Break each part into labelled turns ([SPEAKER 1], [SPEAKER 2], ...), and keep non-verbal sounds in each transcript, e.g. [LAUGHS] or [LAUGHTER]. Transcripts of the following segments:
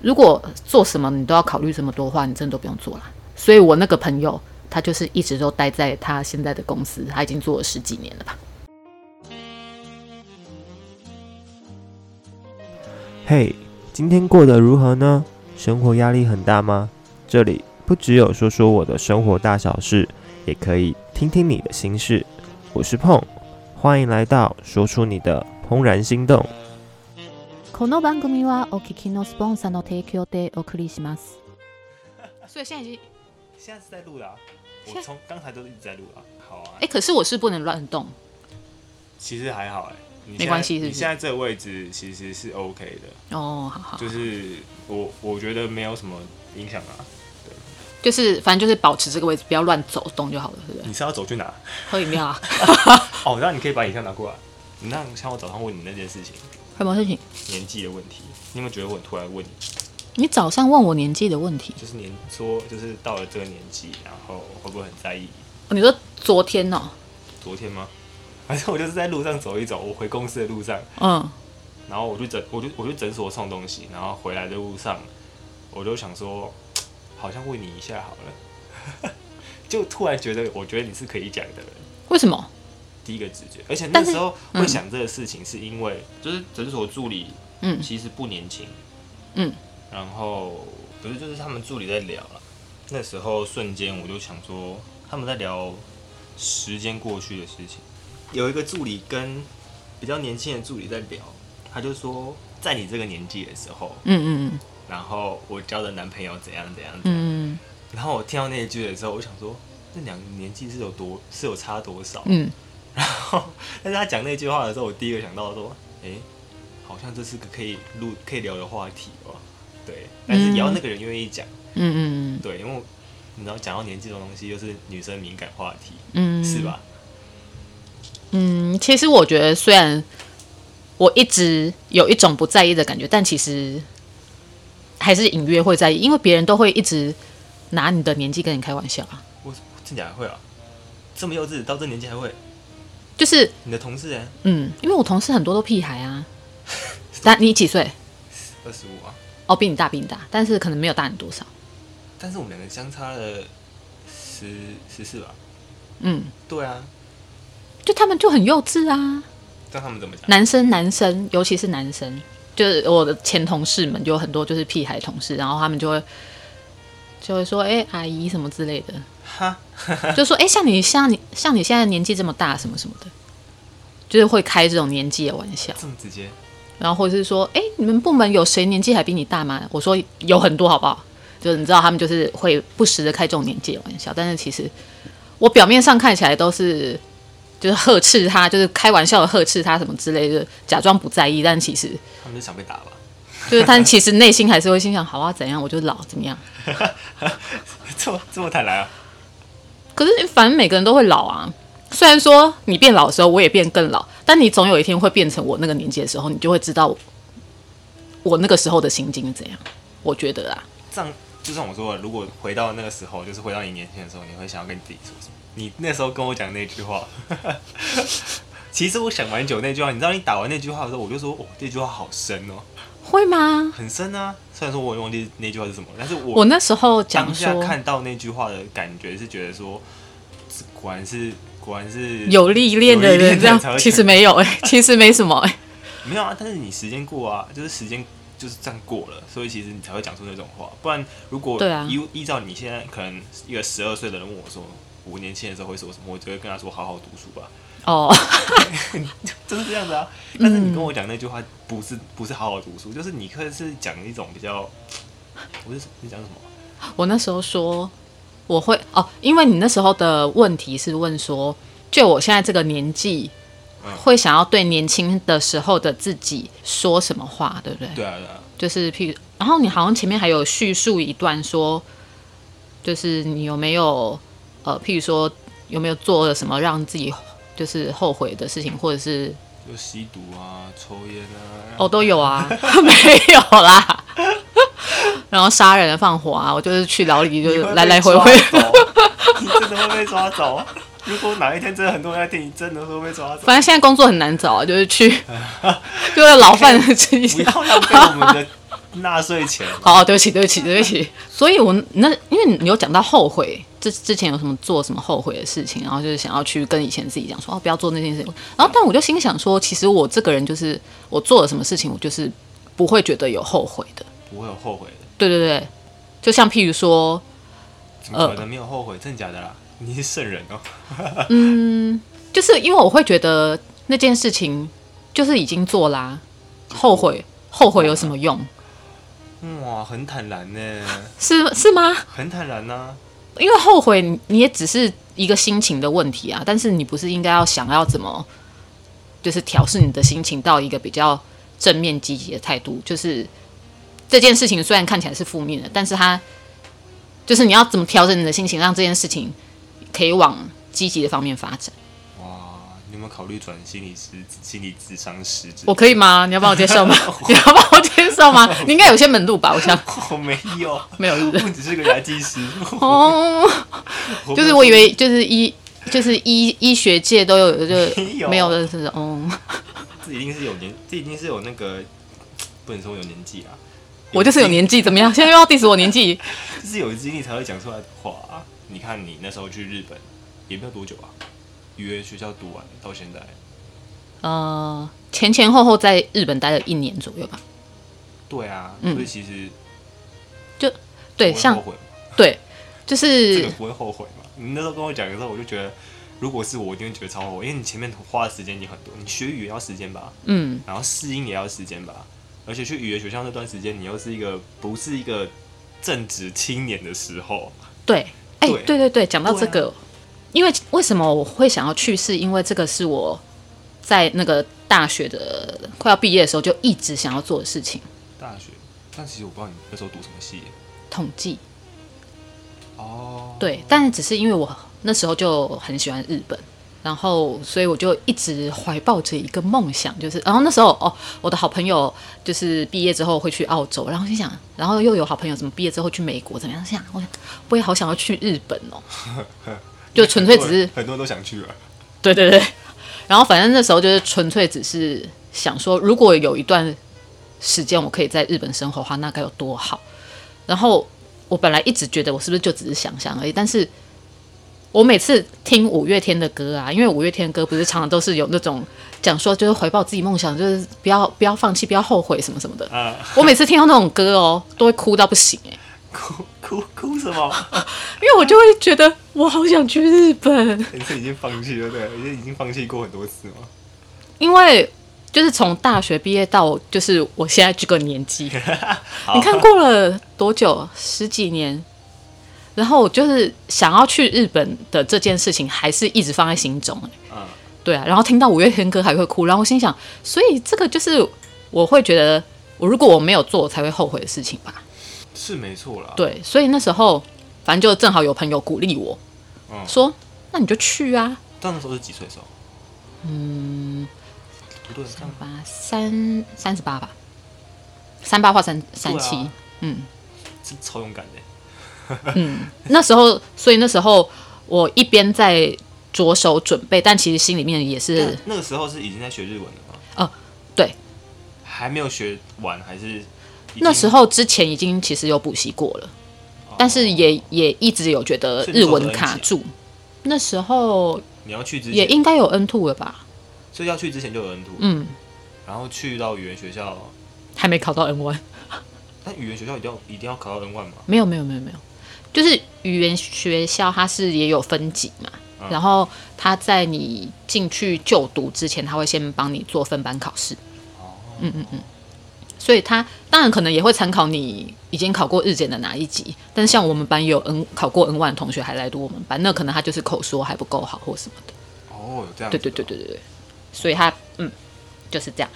[SPEAKER 1] 如果做什么你都要考虑这么多的话，你真的都不用做了。所以我那个朋友，他就是一直都待在他现在的公司，他已经做了十几年了吧。
[SPEAKER 2] 嘿、今天过得如何呢？生活压力很大吗？这里不只有说说我的生活大小事，也可以听听你的心事。我是碰，欢迎来到说出你的怦然心动。
[SPEAKER 1] この番組はお聞きのスポンサーの提供でお送りします。所以现在已经，
[SPEAKER 2] 现在是在录的、啊，
[SPEAKER 1] 我现在
[SPEAKER 2] 从刚才都一直在录啊。好啊
[SPEAKER 1] 哎、，可是我是不能乱动，
[SPEAKER 2] 其实还好哎、你
[SPEAKER 1] 没关系现在是不是你现
[SPEAKER 2] 在这个位置其实是 OK 的，
[SPEAKER 1] 哦，好好，
[SPEAKER 2] 就是我我觉得没有什么影响啊。
[SPEAKER 1] 就是反正就是保持这个位置，不要乱走动就好了，对 [LAUGHS] 不对？
[SPEAKER 2] 你是要走去哪？
[SPEAKER 1] 喝饮料啊，
[SPEAKER 2] 哦，那你可以把影像拿过来。你那像我早上问你那件事情，
[SPEAKER 1] 什么事情？
[SPEAKER 2] 年纪的问题，你有没有觉得我很突然问你，
[SPEAKER 1] 你早上问我年纪的问题，
[SPEAKER 2] 就是年说就是到了这个年纪，然后会不会很在意？
[SPEAKER 1] 哦你说昨天哦，
[SPEAKER 2] 昨天吗？ [LAUGHS] 反正我就是在路上走一走，我回公司的路上，
[SPEAKER 1] 嗯，
[SPEAKER 2] 然后我去诊，我就我去诊所送东西，然后回来的路上，我就想说，好像问你一下好了， [LAUGHS] 就突然觉得，我觉得你是可以讲的人。
[SPEAKER 1] 为什么？
[SPEAKER 2] 第一个直觉，而且那
[SPEAKER 1] 但是
[SPEAKER 2] 时候
[SPEAKER 1] 嗯
[SPEAKER 2] 会想这个事情，是因为、就是诊所助理
[SPEAKER 1] 嗯
[SPEAKER 2] 其实不年轻，
[SPEAKER 1] 嗯，
[SPEAKER 2] 然后不是就是他们助理在聊了，那时候瞬间我就想说，他们在聊时间过去的事情，有一个助理跟比较年轻的助理在聊，他就说，在你这个年纪的时候，
[SPEAKER 1] 嗯嗯
[SPEAKER 2] 然后我交的男朋友怎样怎样怎样，
[SPEAKER 1] 嗯
[SPEAKER 2] 然后我听到那一句的时候，我想说，这两个年纪是有多是有差多少？
[SPEAKER 1] 嗯
[SPEAKER 2] 但是他讲那句话的时候，我第一个想到说，诶，好像这是个可以录、可以聊的话题哦。对，但是也要那个人愿意讲。
[SPEAKER 1] 嗯嗯
[SPEAKER 2] 对，因为我你知道，讲到年纪这种东西，又是女生敏感话题，
[SPEAKER 1] 嗯，
[SPEAKER 2] 是？吧？
[SPEAKER 1] 嗯，其实我觉得，虽然我一直有一种不在意的感觉，但其实还是隐约会在意，因为别人都会一直拿你的年纪跟你开玩笑啊。
[SPEAKER 2] 我真假还会啊？这么幼稚，到这年纪还会？
[SPEAKER 1] 就是
[SPEAKER 2] 你的同事哎，
[SPEAKER 1] 嗯，因为我同事很多都屁孩啊。但你几岁？
[SPEAKER 2] 二十五啊，
[SPEAKER 1] 哦，比你大，比你大，但是可能没有大你多少。
[SPEAKER 2] 但是我们两个相差了十十四吧？
[SPEAKER 1] 嗯，
[SPEAKER 2] 对啊，
[SPEAKER 1] 就他们就很幼稚啊。
[SPEAKER 2] 但他们怎么讲？
[SPEAKER 1] 男生男生，尤其是男生，就是我的前同事们，就有很多就是屁孩同事，然后他们就会就会说，哎、阿姨什么之类的，
[SPEAKER 2] 哈，
[SPEAKER 1] 就说，哎、像你像你像你现在年纪这么大，什么什么的，就是会开这种年纪的玩笑，
[SPEAKER 2] 这么直接？
[SPEAKER 1] 然后或者是说，哎、你们部门有谁年纪还比你大吗？我说有很多，好不好？就是你知道他们就是会不时的开这种年纪的玩笑，但是其实我表面上看起来都是就是呵斥他，就是开玩笑的呵斥他什么之类的，假装不在意，但其实。
[SPEAKER 2] 他们就想被打吧？ [LAUGHS]
[SPEAKER 1] 就是他其实内心还是会心想，好啊，怎样我就老怎么样。
[SPEAKER 2] 这么这么坦然啊？
[SPEAKER 1] 可是反正每个人都会老啊。虽然说你变老的时候，我也变更老，但你总有一天会变成我那个年纪的时候，你就会知道我那个时候的心境是怎样。我觉得啊，
[SPEAKER 2] 这样就像我说的，如果回到那个时候，就是回到你年轻的时候，你会想要跟你自己说什么？你那时候跟我讲那句话， [LAUGHS] 其实我想蛮久那句话，你知道，你打完那句话的时候，我就说，哦，这句话好深哦，
[SPEAKER 1] 会吗？
[SPEAKER 2] 很深啊。虽然说我也忘记那句话是什么，但是我
[SPEAKER 1] 我那时候讲
[SPEAKER 2] 当
[SPEAKER 1] 说
[SPEAKER 2] 下看到那句话的感觉是觉得说，这果然是果然是
[SPEAKER 1] 有历练的
[SPEAKER 2] 有历练
[SPEAKER 1] 人
[SPEAKER 2] 的
[SPEAKER 1] 这样
[SPEAKER 2] 才会，
[SPEAKER 1] 其实没有哎、 [LAUGHS] 其实没什么哎、
[SPEAKER 2] 没有啊，但是你时间过啊，就是时间就是这样过了，所以其实你才会讲出那种话。不然如果
[SPEAKER 1] 对啊
[SPEAKER 2] 依依照你现在可能一个十二岁的人问我说，我年轻的时候会说什么，我只会跟他说好好读书吧，
[SPEAKER 1] 哦，
[SPEAKER 2] 就是这样子啊。
[SPEAKER 1] 嗯
[SPEAKER 2] 但是你跟我讲那句话，不是不是好好读书，就是你可以是讲一种比较，我是你讲什么？
[SPEAKER 1] 我那时候说我会哦，因为你那时候的问题是问说，就我现在这个年纪
[SPEAKER 2] 嗯，
[SPEAKER 1] 会想要对年轻的时候的自己说什么话，对不对？
[SPEAKER 2] 对啊对啊，
[SPEAKER 1] 就是譬如，然后你好像前面还有叙述一段说，就是你有没有呃，譬如说有没有做了什么让自己就是后悔的事情，或者是
[SPEAKER 2] 就吸毒啊，抽烟啊，
[SPEAKER 1] 哦，都有啊，没有啦。 [LAUGHS] 然后杀人、放火啊，我就是去牢里，就
[SPEAKER 2] 你
[SPEAKER 1] 是
[SPEAKER 2] 会
[SPEAKER 1] [LAUGHS]
[SPEAKER 2] 被
[SPEAKER 1] 来来回回。
[SPEAKER 2] 抓走， [LAUGHS] 你真的会被抓走。如果哪一天真的很多人在听，你真的会被抓走。
[SPEAKER 1] [LAUGHS] 反正
[SPEAKER 2] [LAUGHS]
[SPEAKER 1] 现在工作很难找啊，就是去，就是老范的之一
[SPEAKER 2] 不。要浪费我们的纳税钱，
[SPEAKER 1] [LAUGHS] 好，对不起，对不起，对不起。所以我那因为你有讲到后悔，这之前有什么做什么后悔的事情，然后就是想要去跟以前自己讲说哦，不要做那件事情。然后但我就心想说，其实我这个人就是我做了什么事情，我就是不会觉得有后悔的。
[SPEAKER 2] 不会有后悔的，
[SPEAKER 1] 对对对，就像譬如说，呃
[SPEAKER 2] 怎么可能没有后悔？真的假的啦？你是圣人哦，
[SPEAKER 1] 就是因为我会觉得那件事情就是已经做啦、后悔后悔有什么用？
[SPEAKER 2] 哇，很坦然呢，
[SPEAKER 1] 是是吗？
[SPEAKER 2] 很坦然呐、啊
[SPEAKER 1] 因为后悔你你也只是一个心情的问题啊，但是你不是应该要想要怎么，就是调试你的心情到一个比较正面积极的态度？就是这件事情虽然看起来是负面的，但是它就是你要怎么调整你的心情，让这件事情可以往积极的方面发展。
[SPEAKER 2] 哇，你有没有考虑转心理师、心理智商师之类的？
[SPEAKER 1] 我可以吗？你要帮我介绍
[SPEAKER 2] [LAUGHS]
[SPEAKER 1] 吗？你要帮我介绍吗？你应该有些门路吧？我想
[SPEAKER 2] [LAUGHS] 我没有，
[SPEAKER 1] 没有，是不是？
[SPEAKER 2] [LAUGHS] 我只是个牙技师。
[SPEAKER 1] 哦，
[SPEAKER 2] 没有
[SPEAKER 1] [LAUGHS] 就是我以
[SPEAKER 2] [LAUGHS]
[SPEAKER 1] 为就是医就是医医学界都有就
[SPEAKER 2] 没 [LAUGHS] 有
[SPEAKER 1] 没有的是哦。
[SPEAKER 2] 这一定是有年，这一定是有那个，不能说有年纪啊，
[SPEAKER 1] 我就是有年纪，怎么样？现在又要 diss 我年纪？
[SPEAKER 2] [LAUGHS] 就是有经历才会讲出来的话、啊。你看你那时候去日本也没有多久啊，约学校读完到现在，
[SPEAKER 1] 呃，前前后后在日本待了一年左右吧。
[SPEAKER 2] 对啊，
[SPEAKER 1] 嗯
[SPEAKER 2] 所以其实
[SPEAKER 1] 对，
[SPEAKER 2] 不会
[SPEAKER 1] 像
[SPEAKER 2] 后悔吗？
[SPEAKER 1] 对，就
[SPEAKER 2] 这个
[SPEAKER 1] 是
[SPEAKER 2] 不会后悔嘛？你那时候跟我讲的时候，我就觉得，如果是我，我一定会觉得超后悔，因为你前面花的时间也很多，你学语言要时间吧，
[SPEAKER 1] 嗯，
[SPEAKER 2] 然后适应也要时间吧，而且去语言学校那段时间，你又是一个不是一个正值青年的时候，
[SPEAKER 1] 对，哎、
[SPEAKER 2] 对
[SPEAKER 1] 对对对，讲到
[SPEAKER 2] 对啊
[SPEAKER 1] 这个，因为为什么我会想要去，是因为这个是我在那个大学的快要毕业的时候就一直想要做的事情，
[SPEAKER 2] 大学。但其实我不知道你那时候读什么系耶
[SPEAKER 1] 统计。
[SPEAKER 2] 哦，
[SPEAKER 1] 对，但是只是因为我那时候就很喜欢日本，然后所以我就一直怀抱着一个梦想，就是然后那时候哦，我的好朋友就是毕业之后会去澳洲，然后心想，然后又有好朋友怎么毕业之后去美国怎么样，心想我我也好想要去日本哦，就纯粹只是
[SPEAKER 2] 很多人都想去了，
[SPEAKER 1] 对对 [LAUGHS] 对，然后反正那时候就是纯粹只是想说，如果有一段时间我可以在日本生活的话，那该有多好。然后我本来一直觉得我是不是就只是想想而已，但是我每次听五月天的歌啊，因为五月天的歌不是常常都是有那种讲说就是怀抱自己梦想，就是不要不要放弃，不要后悔什么什么的。
[SPEAKER 2] 啊，
[SPEAKER 1] 我每次听到那种歌哦，都会哭到不行哎、
[SPEAKER 2] [LAUGHS] 哭哭哭什么？ [LAUGHS]
[SPEAKER 1] 因为我就会觉得我好想去日本。
[SPEAKER 2] 你是已经放弃了，对，你是已经放弃过很多次吗？
[SPEAKER 1] 因为就是从大学毕业到就是我现在这个年
[SPEAKER 2] [LAUGHS]
[SPEAKER 1] 纪，你看过了多久？十几年。然后我就是想要去日本的这件事情，还是一直放在心中、欸。
[SPEAKER 2] 嗯，
[SPEAKER 1] 对啊，然后听到五月天歌还会哭，然后我心想，所以这个就是我会觉得，我如果我没有做，我才会后悔的事情吧。
[SPEAKER 2] 是没错啦。，
[SPEAKER 1] 对，所以那时候反正就正好有朋友鼓励我
[SPEAKER 2] 嗯，
[SPEAKER 1] 说，那你就去啊，
[SPEAKER 2] 但那时候是几岁的时候？嗯，不对，这样
[SPEAKER 1] 八三三十八吧，三八或三三
[SPEAKER 2] 对啊
[SPEAKER 1] 七，嗯。
[SPEAKER 2] 是超勇敢的。
[SPEAKER 1] 那时候，所以那时候我一边在着手准备，但其实心里面也是
[SPEAKER 2] 那那个时候是已经在学日文了吗？
[SPEAKER 1] 哦，对，
[SPEAKER 2] 还没有学完，还是已经
[SPEAKER 1] 那时候之前已经其实有补习过了，
[SPEAKER 2] 哦
[SPEAKER 1] 但是也也一直有觉得
[SPEAKER 2] 是你
[SPEAKER 1] 日
[SPEAKER 2] 做
[SPEAKER 1] 文
[SPEAKER 2] 得很
[SPEAKER 1] 卡
[SPEAKER 2] 紧
[SPEAKER 1] 住。那时候
[SPEAKER 2] 你要去之
[SPEAKER 1] 也
[SPEAKER 2] 前，
[SPEAKER 1] 应该有 N two 了吧？
[SPEAKER 2] 所以要去之前就有 N 图，
[SPEAKER 1] 嗯，
[SPEAKER 2] 然后去到语言学校，
[SPEAKER 1] 还没考到 N one，
[SPEAKER 2] 但语言学校一定要一定要考到 N one 嘛？
[SPEAKER 1] 没有没有没有没有，就是语言学校它是也有分级嘛，
[SPEAKER 2] 嗯
[SPEAKER 1] 然后它在你进去就读之前，它会先帮你做分班考试。
[SPEAKER 2] 哦，
[SPEAKER 1] 嗯嗯嗯，所以他当然可能也会参考你已经考过日检的哪一级，但是像我们班也有 N 考过 N 万同学还来读我们班，那可能他就是口说还不够好或什么的。
[SPEAKER 2] 哦，有这样
[SPEAKER 1] 对
[SPEAKER 2] 子哦，
[SPEAKER 1] 对对对对对，所以他嗯就是这样。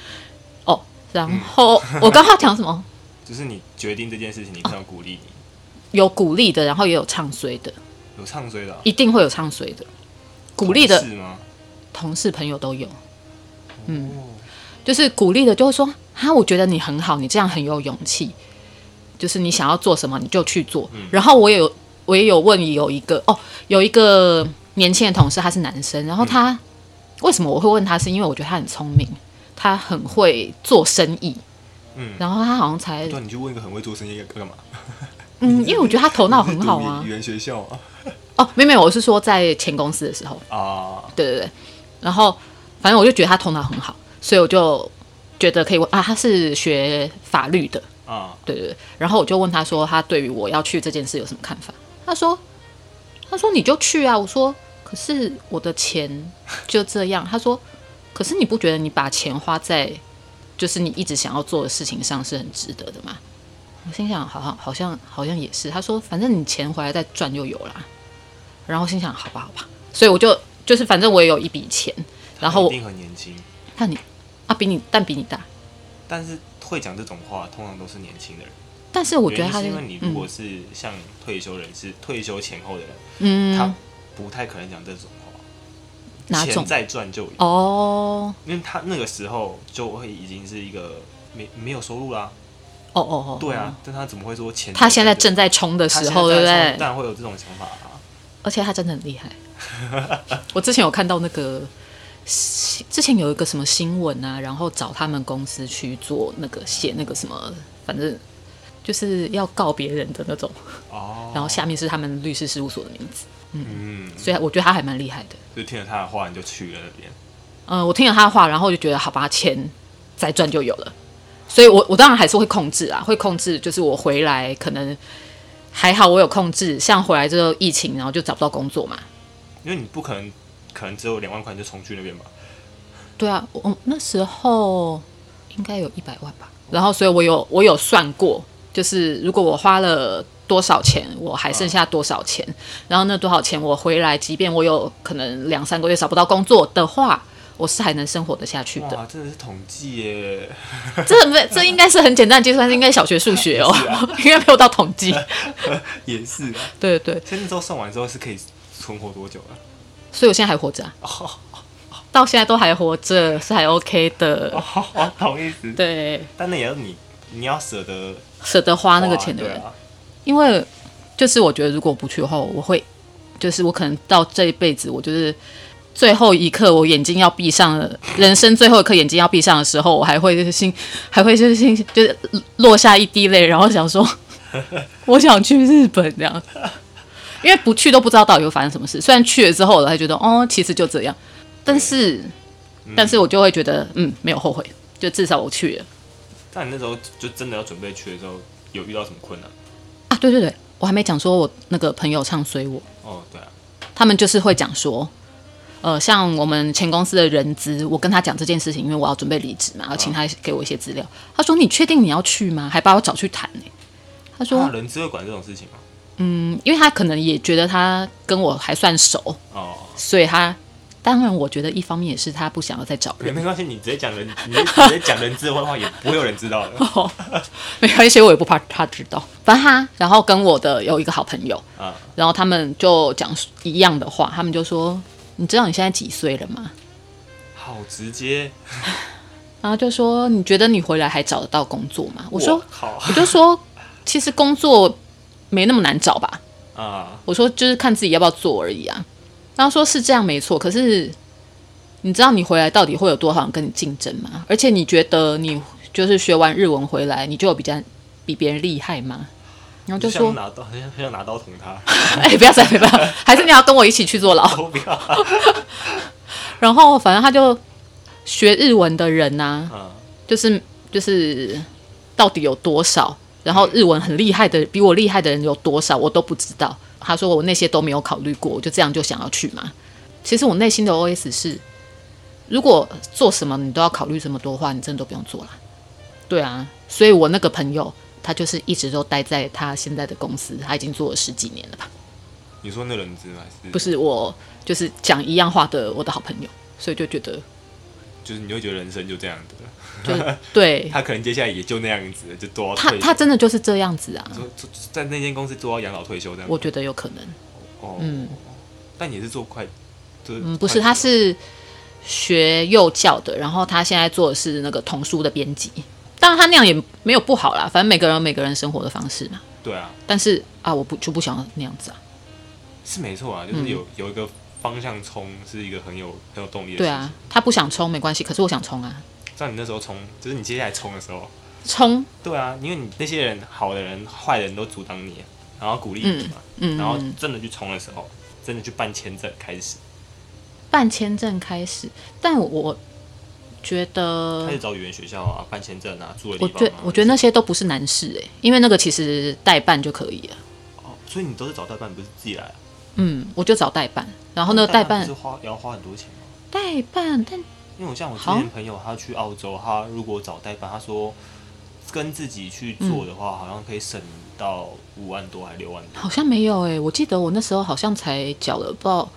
[SPEAKER 1] 哦，然后、我刚刚讲什么？
[SPEAKER 2] 就是你决定这件事情，你非常鼓励你，
[SPEAKER 1] 有鼓励的，然后也有唱衰的，
[SPEAKER 2] 有唱衰的啊、
[SPEAKER 1] 一定会有唱衰的。鼓励的
[SPEAKER 2] 是吗？
[SPEAKER 1] 同事朋友都有，
[SPEAKER 2] 嗯，
[SPEAKER 1] 就是鼓励的，就会说哈，我觉得你很好，你这样很有勇气，就是你想要做什么你就去做。
[SPEAKER 2] 嗯
[SPEAKER 1] 然后我也有我也有问有一个哦，有一个年轻的同事，他是男生，
[SPEAKER 2] 嗯
[SPEAKER 1] 然后他、为什么我会问他，是因为我觉得他很聪明，他很会做生意，
[SPEAKER 2] 嗯，
[SPEAKER 1] 然后他好像才
[SPEAKER 2] 对啊，你去问一个很会做生意要干嘛？
[SPEAKER 1] 嗯，因为我觉得他头脑很好啊
[SPEAKER 2] 读语。言学校啊
[SPEAKER 1] 哦，没有没有，我是说在前公司的时候，
[SPEAKER 2] 啊，
[SPEAKER 1] 对对对。然后反正我就觉得他头脑很好，所以我就觉得可以问啊，他是学法律的，
[SPEAKER 2] 啊，
[SPEAKER 1] 对对对。然后我就问他说，他对于我要去这件事有什么看法？他说，他说你就去啊。我说，可是我的钱就这样。他说，可是你不觉得你把钱花在就是你一直想要做的事情上是很值得的吗？我心想，好像好像好像也是。他说，反正你钱回来再赚就有啦。然后心想，好吧好吧。所以我就就是反正我也有一笔钱，然后
[SPEAKER 2] 一
[SPEAKER 1] 我
[SPEAKER 2] 定很年轻，
[SPEAKER 1] 看你啊比你但比你大，
[SPEAKER 2] 但是会讲这种话通常都是年轻的人。
[SPEAKER 1] 但是我觉得
[SPEAKER 2] 原因
[SPEAKER 1] 他
[SPEAKER 2] 是
[SPEAKER 1] 就
[SPEAKER 2] 因
[SPEAKER 1] 是
[SPEAKER 2] 为你如
[SPEAKER 1] 嗯
[SPEAKER 2] 果是像退休人士、退休前后的人，
[SPEAKER 1] 嗯
[SPEAKER 2] 他不太可能讲这种话，
[SPEAKER 1] 哪
[SPEAKER 2] 钱
[SPEAKER 1] 种
[SPEAKER 2] 再赚就有，
[SPEAKER 1] 哦。
[SPEAKER 2] 因为他那个时候就会已经是一个没没有收入啦。
[SPEAKER 1] 哦哦哦，
[SPEAKER 2] 对啊，但他怎么会说钱再赚就有？
[SPEAKER 1] 他现在正在冲的
[SPEAKER 2] 他
[SPEAKER 1] 时
[SPEAKER 2] 现在
[SPEAKER 1] 候，对不
[SPEAKER 2] 在上
[SPEAKER 1] 对
[SPEAKER 2] 当？然会有这种想法啊。
[SPEAKER 1] 而且他真的很厉害。 [LAUGHS] 我之前有看到那个，之前有一个什么新闻啊，然后找他们公司去做那个写那个什么，反正就是要告别人的那种，
[SPEAKER 2] 哦，
[SPEAKER 1] 然后下面是他们律师事务所的名字，
[SPEAKER 2] 嗯，
[SPEAKER 1] 所以我觉得他还蛮厉害的。
[SPEAKER 2] 就听了他的话，你就去了那边。
[SPEAKER 1] 嗯，我听了他的话，然后我就觉得好吧，钱再赚就有了。所以我，我当然还是会控制啊，会控制，就是我回来可能还好，我有控制。像回来之后疫情，然后就找不到工作嘛。
[SPEAKER 2] 因为你不可能，可能只有两万块你就冲去那边吧？
[SPEAKER 1] 对啊，我我那时候应该有一百万吧。然后，所以我有我有算过，就是如果我花了多少钱，我还剩下多少钱，然后那多少钱我回来，即便我有可能两三个月找不到工作的话，我是还能生活得下去的。
[SPEAKER 2] 哇，真的是统计耶！
[SPEAKER 1] 这没这应该是很简单的计算，应该小学数学哦，
[SPEAKER 2] 啊
[SPEAKER 1] [LAUGHS] 应该没有到统计。
[SPEAKER 2] 也是啊，
[SPEAKER 1] 对对，
[SPEAKER 2] 所以那时候算完之后是可以存活多久啊？
[SPEAKER 1] 所以我现在还活着、啊，
[SPEAKER 2] 哦，
[SPEAKER 1] 到现在都还活着，是还 OK 的。
[SPEAKER 2] 好好好意思。
[SPEAKER 1] 对，
[SPEAKER 2] 但那也要你，你要舍得
[SPEAKER 1] 舍得花那个钱的
[SPEAKER 2] 对
[SPEAKER 1] 人，
[SPEAKER 2] 啊，
[SPEAKER 1] 因为就是我觉得如果不去的话，我会就是我可能到这一辈子，我就是最后一刻，我眼睛要闭上了，人生最后一刻眼睛要闭上的时候，我还会就是心还会就是心就是落下一滴泪，然后想说 [LAUGHS] 我想去日本这样，因为不去都不知道到底会发生什么事。虽然去了之后，我才觉得哦，其实就这样，但是但是我就会觉得嗯，没有后悔，就至少我去了
[SPEAKER 2] 但你那时候就真的要准备去的时候，有遇到什么困难？
[SPEAKER 1] 啊。对对对，我还没讲说我那个朋友唱衰我。
[SPEAKER 2] 哦，对啊，
[SPEAKER 1] 他们就是会讲说，呃，像我们前公司的人资，我跟他讲这件事情，因为我要准备离职嘛，要请他给我一些资料。他说：“你确定你要去吗？”还把我找去谈呢、他说
[SPEAKER 2] 那：“啊人只会管这种事情吗？
[SPEAKER 1] 嗯，因为他可能也觉得他跟我还算熟， [LAUGHS]
[SPEAKER 2] 哦，
[SPEAKER 1] 所以他当然我觉得一方面也是他不想要再找人。
[SPEAKER 2] 没关系，你直接讲人，你直接讲人知的话，也不会有人知道
[SPEAKER 1] [LAUGHS]
[SPEAKER 2] 的
[SPEAKER 1] 哦，没关系，我也不怕他知道。反正他，然后跟我的有一个好朋友，
[SPEAKER 2] 啊。
[SPEAKER 1] 然后他们就讲一样的话，他们就说：“你知道你现在几岁了吗？”
[SPEAKER 2] 好直接，
[SPEAKER 1] 然后就说：“你觉得你回来还找得到工作吗？”我说
[SPEAKER 2] 好：“
[SPEAKER 1] 我就说，其实工作没那么难找吧。
[SPEAKER 2] 啊，
[SPEAKER 1] 我说就是看自己要不要做而已啊。”然后说是这样没错，可是你知道你回来到底会有多少人跟你竞争吗？而且你觉得你就是学完日文回来，你就有比较比别人厉害吗？然后就
[SPEAKER 2] 想
[SPEAKER 1] 说
[SPEAKER 2] 拿刀，很想很想拿刀捅他，：“
[SPEAKER 1] 哎、不要再不要，还是你要跟我一起去坐牢。”
[SPEAKER 2] 我不要。
[SPEAKER 1] 然后反正他就学日文的人呐、
[SPEAKER 2] 嗯，
[SPEAKER 1] 就是就是到底有多少，然后日文很厉害的比我厉害的人有多少，我都不知道。他说我那些都没有考虑过，我就这样就想要去嘛。其实我内心的 OS 是，如果做什么你都要考虑这么多的话，你真的都不用做了。对啊，所以我那个朋友他就是一直都待在他现在的公司，他已经做了十几年了吧？
[SPEAKER 2] 你说那人质还是
[SPEAKER 1] 不？是我就是讲一样话的我的好朋友，所以就觉得
[SPEAKER 2] 就是你会觉得人生就这样子了， [LAUGHS]
[SPEAKER 1] 就对
[SPEAKER 2] 他可能接下来也就那样子了，就都要
[SPEAKER 1] 他
[SPEAKER 2] 退休
[SPEAKER 1] 他真的就是这样子啊，
[SPEAKER 2] 就就在那间公司都要养老退休这样。
[SPEAKER 1] 我觉得有可能。
[SPEAKER 2] 哦，
[SPEAKER 1] 嗯，
[SPEAKER 2] 但也是做快，就是
[SPEAKER 1] 嗯，不是，
[SPEAKER 2] 快
[SPEAKER 1] 他是学幼教的，然后他现在做的是那个童书的编辑。当然，他那样也没有不好啦，反正每个人有每个人生活的方式嘛。
[SPEAKER 2] 对啊，
[SPEAKER 1] 但是啊，我不就不想那样子啊。
[SPEAKER 2] 是没错啊，
[SPEAKER 1] 嗯
[SPEAKER 2] 就是有有一个方向冲是一个很有很有动力的
[SPEAKER 1] 对
[SPEAKER 2] 事
[SPEAKER 1] 啊
[SPEAKER 2] 情。，
[SPEAKER 1] 他不想冲没关系，可是我想冲啊。
[SPEAKER 2] 像你那时候冲，就是你接下来冲的时候，
[SPEAKER 1] 冲，
[SPEAKER 2] 对啊，因为你那些人好的人、坏的人都阻挡你啊，然后鼓励你嘛，
[SPEAKER 1] 嗯，
[SPEAKER 2] 然后真的去冲的时候，真的去办签证开始，
[SPEAKER 1] 办签证开始，但我觉得
[SPEAKER 2] 开始找语言学校啊，办签证啊，住的
[SPEAKER 1] 我
[SPEAKER 2] 地方、
[SPEAKER 1] 觉
[SPEAKER 2] 啊。
[SPEAKER 1] 嗯我觉得那些都不是难事哎、因为那个其实代办就可以了。
[SPEAKER 2] 哦，所以你都是找代办，不是自己来、啊。
[SPEAKER 1] 嗯，我就找代办，然后呢，代
[SPEAKER 2] 哦代不
[SPEAKER 1] 办
[SPEAKER 2] 是花也要花很多钱吗？
[SPEAKER 1] 代办，但
[SPEAKER 2] 因为我像我之
[SPEAKER 1] 好
[SPEAKER 2] 前朋友，他去澳洲，他如果找代办，他说跟自己去做的话，好像可以省到五万多还六万多。
[SPEAKER 1] 好像没有哎、我记得我那时候好像才缴了不知道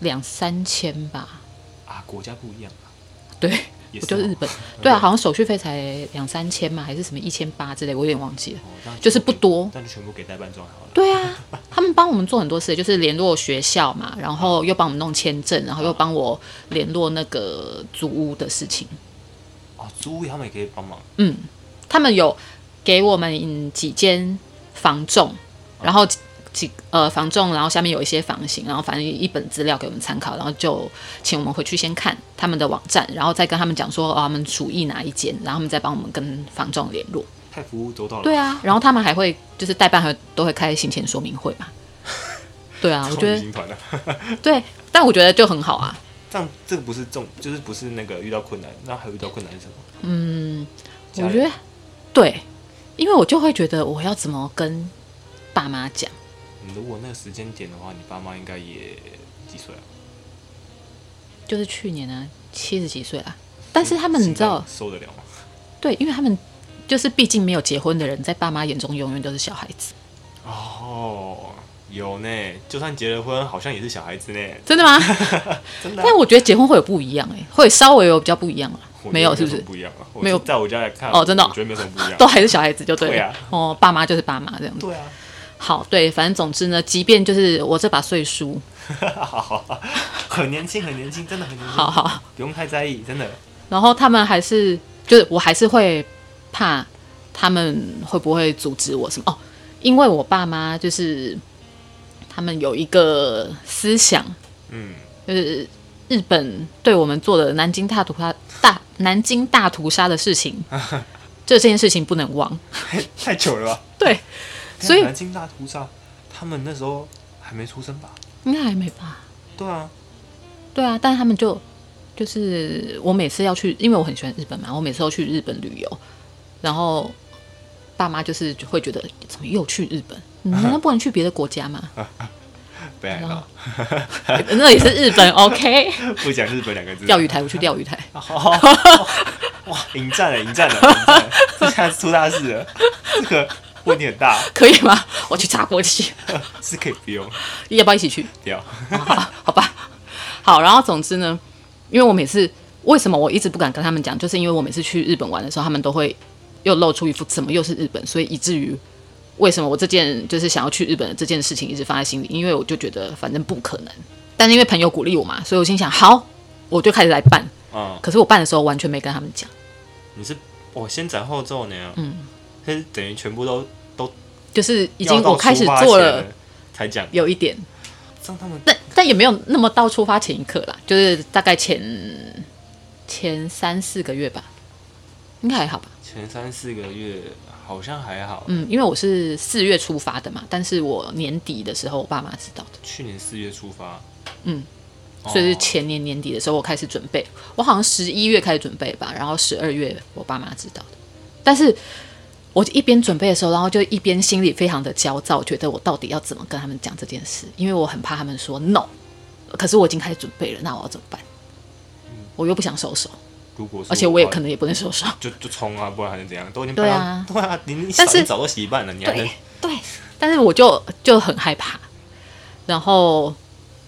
[SPEAKER 1] 两三千吧，
[SPEAKER 2] 啊，国家不一样啊，
[SPEAKER 1] 对。
[SPEAKER 2] 也
[SPEAKER 1] 我
[SPEAKER 2] 是
[SPEAKER 1] 就
[SPEAKER 2] 哦
[SPEAKER 1] 日
[SPEAKER 2] [LAUGHS]
[SPEAKER 1] 本，对啊，好像手续费才两三千嘛，还是什么一千八之类，我有点忘记了。
[SPEAKER 2] 哦这样
[SPEAKER 1] 就是
[SPEAKER 2] 全部
[SPEAKER 1] 不
[SPEAKER 2] 给
[SPEAKER 1] 多
[SPEAKER 2] 但就全部给代办装好了。
[SPEAKER 1] 对
[SPEAKER 2] [LAUGHS]
[SPEAKER 1] 啊，他们帮我们做很多事，就是联络学校嘛，然后又帮我们弄签证，然后又帮我联络那个租屋的事情。
[SPEAKER 2] 哦，租屋他们也可以帮忙，
[SPEAKER 1] 嗯，他们有给我们嗯几间房仲，然后几几呃房仲，然后下面有一些房型，然后反正一本资料给我们参考，然后就请我们回去先看他们的网站，然后再跟他们讲说哦，他们主意哪一间，然后他们再帮我们跟房仲联络。
[SPEAKER 2] 太服务周到了。
[SPEAKER 1] 对啊，然后他们还会就是代办还会都会开行前说明会嘛。对 [LAUGHS] 啊，
[SPEAKER 2] 超
[SPEAKER 1] 我觉
[SPEAKER 2] 明
[SPEAKER 1] 得
[SPEAKER 2] 星团啊，
[SPEAKER 1] 对，但我觉得就很好啊。
[SPEAKER 2] 这样这个不是重，就是不是那个遇到困难，那还有遇到困难是什么？家
[SPEAKER 1] 我
[SPEAKER 2] 人
[SPEAKER 1] 觉得对，因为我就会觉得我要怎么跟爸妈讲。
[SPEAKER 2] 你如果那个时间点的话，你爸妈应该也几岁啊？
[SPEAKER 1] 就是去年啊，七十几岁啦。但是他们你
[SPEAKER 2] 心
[SPEAKER 1] 知道
[SPEAKER 2] 脏，受得了吗？
[SPEAKER 1] 对，因为他们就是毕竟没有结婚的人，在爸妈眼中永远都是小孩子，
[SPEAKER 2] 哦，有呢，就算结了婚，好像也是小孩子呢，
[SPEAKER 1] 真的
[SPEAKER 2] [LAUGHS]
[SPEAKER 1] 吗？
[SPEAKER 2] 真的啊、
[SPEAKER 1] 但我觉得结婚会有不一样哎、欸，会稍微有比较不一样啊
[SPEAKER 2] 我觉得。
[SPEAKER 1] 没有是不
[SPEAKER 2] 什
[SPEAKER 1] 是
[SPEAKER 2] 么？不一样啊？我
[SPEAKER 1] 没有
[SPEAKER 2] 在我家来看
[SPEAKER 1] 哦真的哦
[SPEAKER 2] 我觉得没有什么不一
[SPEAKER 1] [LAUGHS]
[SPEAKER 2] 样。
[SPEAKER 1] 都还是小孩子就对了。
[SPEAKER 2] 对啊
[SPEAKER 1] 哦，爸妈就是爸妈这样子。
[SPEAKER 2] 对啊，
[SPEAKER 1] 好，对，反正总之呢，即便就是我这把岁数，
[SPEAKER 2] 好好好， [LAUGHS] 很年轻，很年轻，真的很年轻。
[SPEAKER 1] 好，好，
[SPEAKER 2] 不用太在意，真的。
[SPEAKER 1] 然后他们还是就是我还是会怕他们会不会阻止我什么哦，因为我爸妈就是他们有一个思想，
[SPEAKER 2] 嗯，
[SPEAKER 1] 就是日本对我们做的南京大屠杀大南京大屠杀的事情，这件事情不能忘。
[SPEAKER 2] 太久了吧？
[SPEAKER 1] 对，所以
[SPEAKER 2] 南京大屠杀，他们那时候还没出生吧？
[SPEAKER 1] 应该还没吧？
[SPEAKER 2] 对啊，
[SPEAKER 1] 对啊，但他们就就是我每次要去，因为我很喜欢日本嘛，我每次都去日本旅游，然后爸妈就是就会觉得怎么又去日本？你难道不能去别的国家吗？
[SPEAKER 2] 北海道，
[SPEAKER 1] [LAUGHS] 那也是日本，OK？
[SPEAKER 2] 不讲日本两个 [LAUGHS] 字。
[SPEAKER 1] 钓鱼台，我去钓鱼台。
[SPEAKER 2] 好，哇，迎战了，迎战了，迎战了， [LAUGHS] 这下出大事了，这个问题很大，
[SPEAKER 1] 可以吗？我去查国旗，
[SPEAKER 2] 是可以不用
[SPEAKER 1] 要不要一起去？哦
[SPEAKER 2] 掉。
[SPEAKER 1] 好吧，好，然后总之呢，因为我每次为什么我一直不敢跟他们讲，就是因为我每次去日本玩的时候，他们都会又露出一副怎么又是日本，所以以至于为什么我这件就是想要去日本的这件事情一直放在心里，因为我就觉得反正不可能，但是因为朋友鼓励我嘛，所以我心想好，我就开始来办。
[SPEAKER 2] 嗯，
[SPEAKER 1] 可是我办的时候完全没跟他们讲，
[SPEAKER 2] 你是我先斩后奏呢？嗯，是等于全部都
[SPEAKER 1] 就是已
[SPEAKER 2] 已
[SPEAKER 1] 经我开始做了
[SPEAKER 2] 才讲，
[SPEAKER 1] 有一点，
[SPEAKER 2] 让他们
[SPEAKER 1] 但但也没有那么到出发前一刻啦，就是大概前前三四个月吧，应该还好吧。
[SPEAKER 2] 前三四个月好像还好，
[SPEAKER 1] 嗯，因为我是四月出发的嘛，但是我年底的时候我爸妈知道的，
[SPEAKER 2] 去年四月出发，
[SPEAKER 1] 嗯
[SPEAKER 2] 哦，
[SPEAKER 1] 所以是前年年底的时候我开始准备，我好像十一月开始准备吧，然后十二月我爸妈知道的，但是我一边准备的时候，然后就一边心里非常的焦躁，觉得我到底要怎么跟他们讲这件事，因为我很怕他们说 no，可是我已经开始准备了，那我要怎么办？我又不想收手，
[SPEAKER 2] 如果是
[SPEAKER 1] 而且我也可
[SPEAKER 2] 能
[SPEAKER 1] 能也不能收手，
[SPEAKER 2] 就就冲啊，不然还能怎样？都已经
[SPEAKER 1] 对啊
[SPEAKER 2] 搬到对啊，你你
[SPEAKER 1] 但是
[SPEAKER 2] 你早都洗一半了，你还能
[SPEAKER 1] 对对， [LAUGHS] 但是我就就很害怕。然后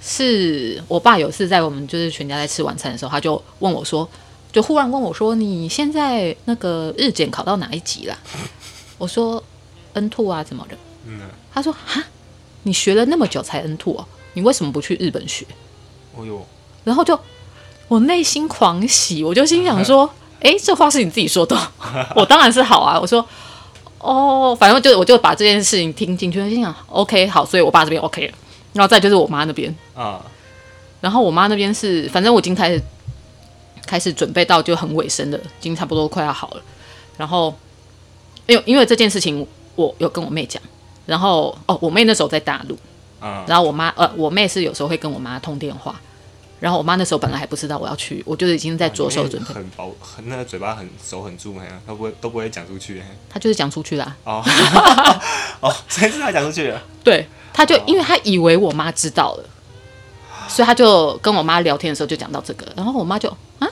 [SPEAKER 1] 是我爸有次在我们就是全家在吃晚餐的时候，他就问我说，就忽然问我说，你现在那个日检考到哪一级啦？ [LAUGHS] 我说 N two 啊，怎么的？
[SPEAKER 2] 嗯啊，
[SPEAKER 1] 他说哈，你学了那么久才 N two 哦，你为什么不去日本学？
[SPEAKER 2] 哦呦，
[SPEAKER 1] 然后就我内心狂喜，我就心想说，诶，这话是你自己说的 [LAUGHS] 哦，我当然是好啊。我说，哦，反正就我就把这件事情听进去，心想 OK 好，所以我爸这边 OK 了，然后再就是我妈那边，
[SPEAKER 2] 啊，
[SPEAKER 1] 然后我妈那边是，反正我已经开始开始准备到就很尾声了，已经差不多快要好了。然后因为因为这件事情，我有跟我妹讲，然后哦，我妹那时候在大陆，
[SPEAKER 2] 嗯，
[SPEAKER 1] 然后我妈呃，我妹是有时候会跟我妈通电话，然后我妈那时候本来还不知道我要去，我就是已经在着手准备，
[SPEAKER 2] 很薄，很那个嘴巴很手很住，嘿，都不会都不会讲出去，嘿
[SPEAKER 1] 她就是讲出去啦、啊，
[SPEAKER 2] 哦 [LAUGHS] 哦，真是他讲出去了，
[SPEAKER 1] 对，她就因为她以为我妈知道了，所以她就跟我妈聊天的时候就讲到这个，然后我妈就啊，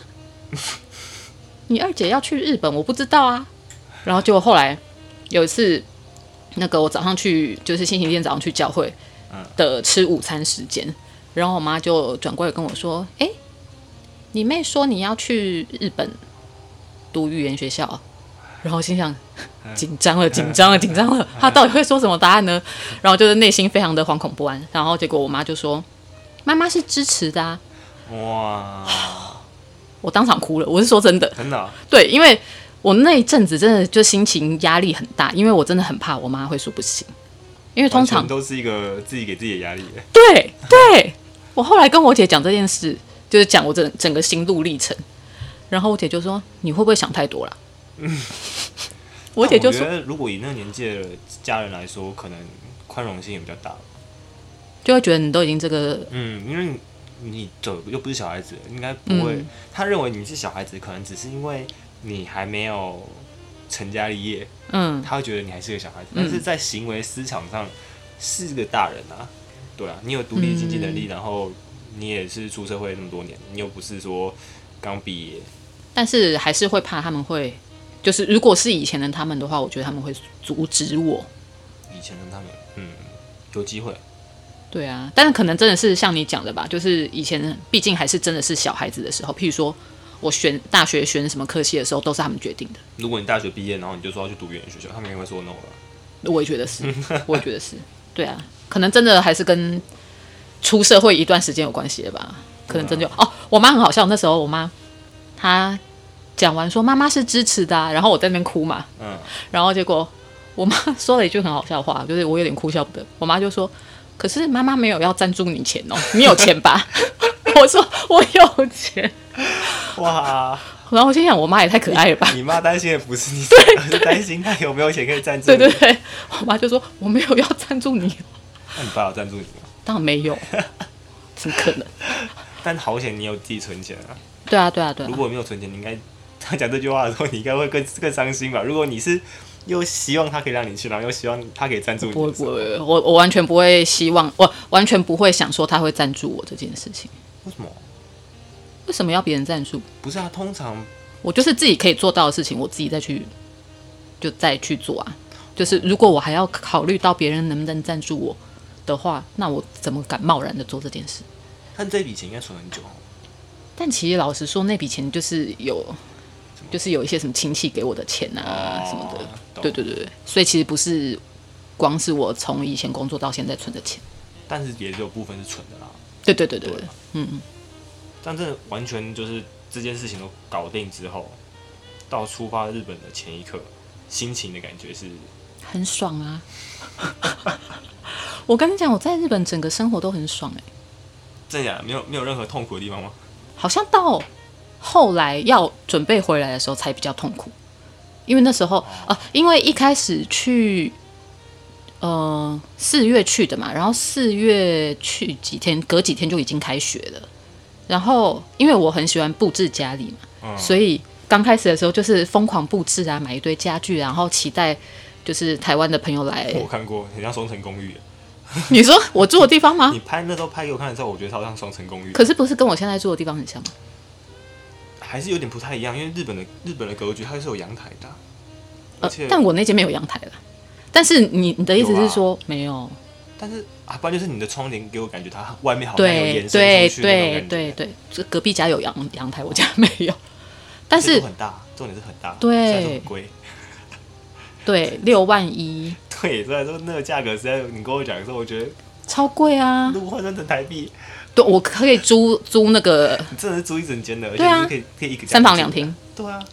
[SPEAKER 1] [LAUGHS] 你二姐要去日本，我不知道啊，然后就后来有一次，那个我早上去就是星期天早上去教会
[SPEAKER 2] 嗯
[SPEAKER 1] 的吃午餐时间，然后我妈就转过来跟我说，哎、你妹说你要去日本读语言学校啊，然后我心想。 [LAUGHS] 紧张了，紧张了，紧张了！她到底会说什么答案呢？然后就是内心非常的惶恐不安。然后结果我妈就说：“妈妈是支持的啊！”
[SPEAKER 2] 哇，
[SPEAKER 1] 我当场哭了，我是说真的。
[SPEAKER 2] 真的哦、
[SPEAKER 1] 对，因为我那一阵子真的就心情压力很大，因为我真的很怕我妈会说不行，因为通
[SPEAKER 2] 完全
[SPEAKER 1] 常
[SPEAKER 2] 哎都是一个自己给自己的压力，哎嘿
[SPEAKER 1] 对对，我后来跟我姐讲这件事，就是讲我整整个心路历程，然后我姐就说：“你会不会想太多了？”我姐
[SPEAKER 2] 但
[SPEAKER 1] 就
[SPEAKER 2] 我
[SPEAKER 1] 说
[SPEAKER 2] 觉得如果 [LAUGHS] 以那个年纪的家人来说，可能宽容性也比较大。
[SPEAKER 1] 就会觉得你都已经这个
[SPEAKER 2] 嗯，因为你走又不是小孩子，应该不会。
[SPEAKER 1] 嗯
[SPEAKER 2] 他认为你是小孩子，可能只是因为你还没有成家立业，
[SPEAKER 1] 嗯，
[SPEAKER 2] 他会觉得你还是个小孩子。但是在行为思想上是个大人啊，对啊，你有独立经济能
[SPEAKER 1] 嗯
[SPEAKER 2] 力，然后你也是出社会那么多年，你又不是说刚毕业，
[SPEAKER 1] 但是还是会怕他们会，就是如果是以前的他们的话，我觉得他们会阻止我。
[SPEAKER 2] 以前的他们，嗯，有机会。
[SPEAKER 1] 对啊，但是可能真的是像你讲的吧，就是以前毕竟还是真的是小孩子的时候，譬如说我选大学选什么科系的时候，都是他们决定的。
[SPEAKER 2] 如果你大学毕业，然后你就说要去读语言学校，他们也会说 no 了。
[SPEAKER 1] 我也觉得是， [LAUGHS] 我也觉得是，对啊，可能真的还是跟出社会一段时间有关系的吧。可能真就、哦，我妈很好笑，那时候我妈她讲完说妈妈是支持的、啊，然后我在那边哭嘛，
[SPEAKER 2] 嗯，
[SPEAKER 1] 然后结果我妈说了一句很好笑的话，就是我有点哭笑不得。我妈就说：“可是妈妈没有要赞助你钱哦，你有钱吧？”我说：“我有钱。
[SPEAKER 2] 哇，”
[SPEAKER 1] 然后我心想，我妈也太可爱了吧。
[SPEAKER 2] 你妈担心的不是你， [LAUGHS] 而是担心她有没有钱可以赞助
[SPEAKER 1] 对
[SPEAKER 2] 你。
[SPEAKER 1] 对对，我妈就说我没有要赞助你，
[SPEAKER 2] 那你爸有赞助你吗？
[SPEAKER 1] 当然没
[SPEAKER 2] [LAUGHS]
[SPEAKER 1] 有，怎么可能？
[SPEAKER 2] 但好险你有自己存钱啊！
[SPEAKER 1] 对啊对啊对啊
[SPEAKER 2] [LAUGHS] 如，果没有存钱，你应该他讲这句话的时候，你应该会更更伤心吧？如果你是又希望他可以让你去，然后又希望他可以赞助你
[SPEAKER 1] 不会
[SPEAKER 2] 的时
[SPEAKER 1] 不
[SPEAKER 2] 候，
[SPEAKER 1] 会，我我完全不会希望，我完全不会想说她会赞助我这件事情。
[SPEAKER 2] 为什么？
[SPEAKER 1] 为什么要别人赞助？
[SPEAKER 2] 不是啊，通常
[SPEAKER 1] 我就是自己可以做到的事情，我自己再去就再去做啊。就是如果我还要考虑到别人能不能赞助我的话，那我怎么敢贸然的做这件事？
[SPEAKER 2] 但这笔钱应该存很久哦。
[SPEAKER 1] 但其实老实说，那笔钱就是有，就是有一些什么亲戚给我的钱啊、
[SPEAKER 2] 哦
[SPEAKER 1] 什么的。
[SPEAKER 2] 的
[SPEAKER 1] 对对对对，所以其实不是光是我从以前工作到现在存的钱。
[SPEAKER 2] 但是也只有部分是存的啦。
[SPEAKER 1] 对对对对对
[SPEAKER 2] 对，
[SPEAKER 1] 嗯嗯，
[SPEAKER 2] 但这完全就是这件事情都搞定之后，到出发日本的前一刻，心情的感觉是
[SPEAKER 1] 很爽啊！ [LAUGHS] 我跟你讲，我在日本整个生活都很爽哎、
[SPEAKER 2] 真的假的？没有没有任何痛苦的地方吗？
[SPEAKER 1] 好像到后来要准备回来的时候才比较痛苦，因为那时候啊，因为一开始去，呃，四月去的嘛，然后四月去几天，隔几天就已经开学了。然后因为我很喜欢布置家里嘛，
[SPEAKER 2] 嗯，
[SPEAKER 1] 所以刚开始的时候就是疯狂布置啊，买一堆家具，然后期待就是台湾的朋友来。
[SPEAKER 2] 我看过，很像双层公寓。
[SPEAKER 1] 你说我住的地方吗
[SPEAKER 2] 你？拍那时候拍给我看的时候，我觉得超像双层公寓，
[SPEAKER 1] 可是不是跟我现在住的地方很像吗？
[SPEAKER 2] 还是有点不太一样，因为日本的日本的格局它是有阳台的啊，而
[SPEAKER 1] 呃
[SPEAKER 2] 且、，
[SPEAKER 1] 但我那间没有阳台了。但是你你的意思
[SPEAKER 2] 有啊
[SPEAKER 1] 是说没有？
[SPEAKER 2] 但是啊，不然就是你的窗帘给我感觉它外面好像有
[SPEAKER 1] 对
[SPEAKER 2] 延伸
[SPEAKER 1] 对
[SPEAKER 2] 出去那种
[SPEAKER 1] 对
[SPEAKER 2] 感觉，
[SPEAKER 1] 对对，这隔壁家有阳阳台，我家没有。但
[SPEAKER 2] 这
[SPEAKER 1] 是
[SPEAKER 2] 都很大，重点是很大，
[SPEAKER 1] 对
[SPEAKER 2] 虽然说很贵， [LAUGHS]
[SPEAKER 1] 对六万一，
[SPEAKER 2] 对，虽然说那个价格实在，你跟我讲的时候，我觉得
[SPEAKER 1] 超贵啊！
[SPEAKER 2] 如果换算成台币，
[SPEAKER 1] 对，我可以租租那个
[SPEAKER 2] 你真的是租一整间的，而且
[SPEAKER 1] 对啊
[SPEAKER 2] 你是可以可以一个家
[SPEAKER 1] 三房
[SPEAKER 2] 住的
[SPEAKER 1] 两，厅，
[SPEAKER 2] 对啊，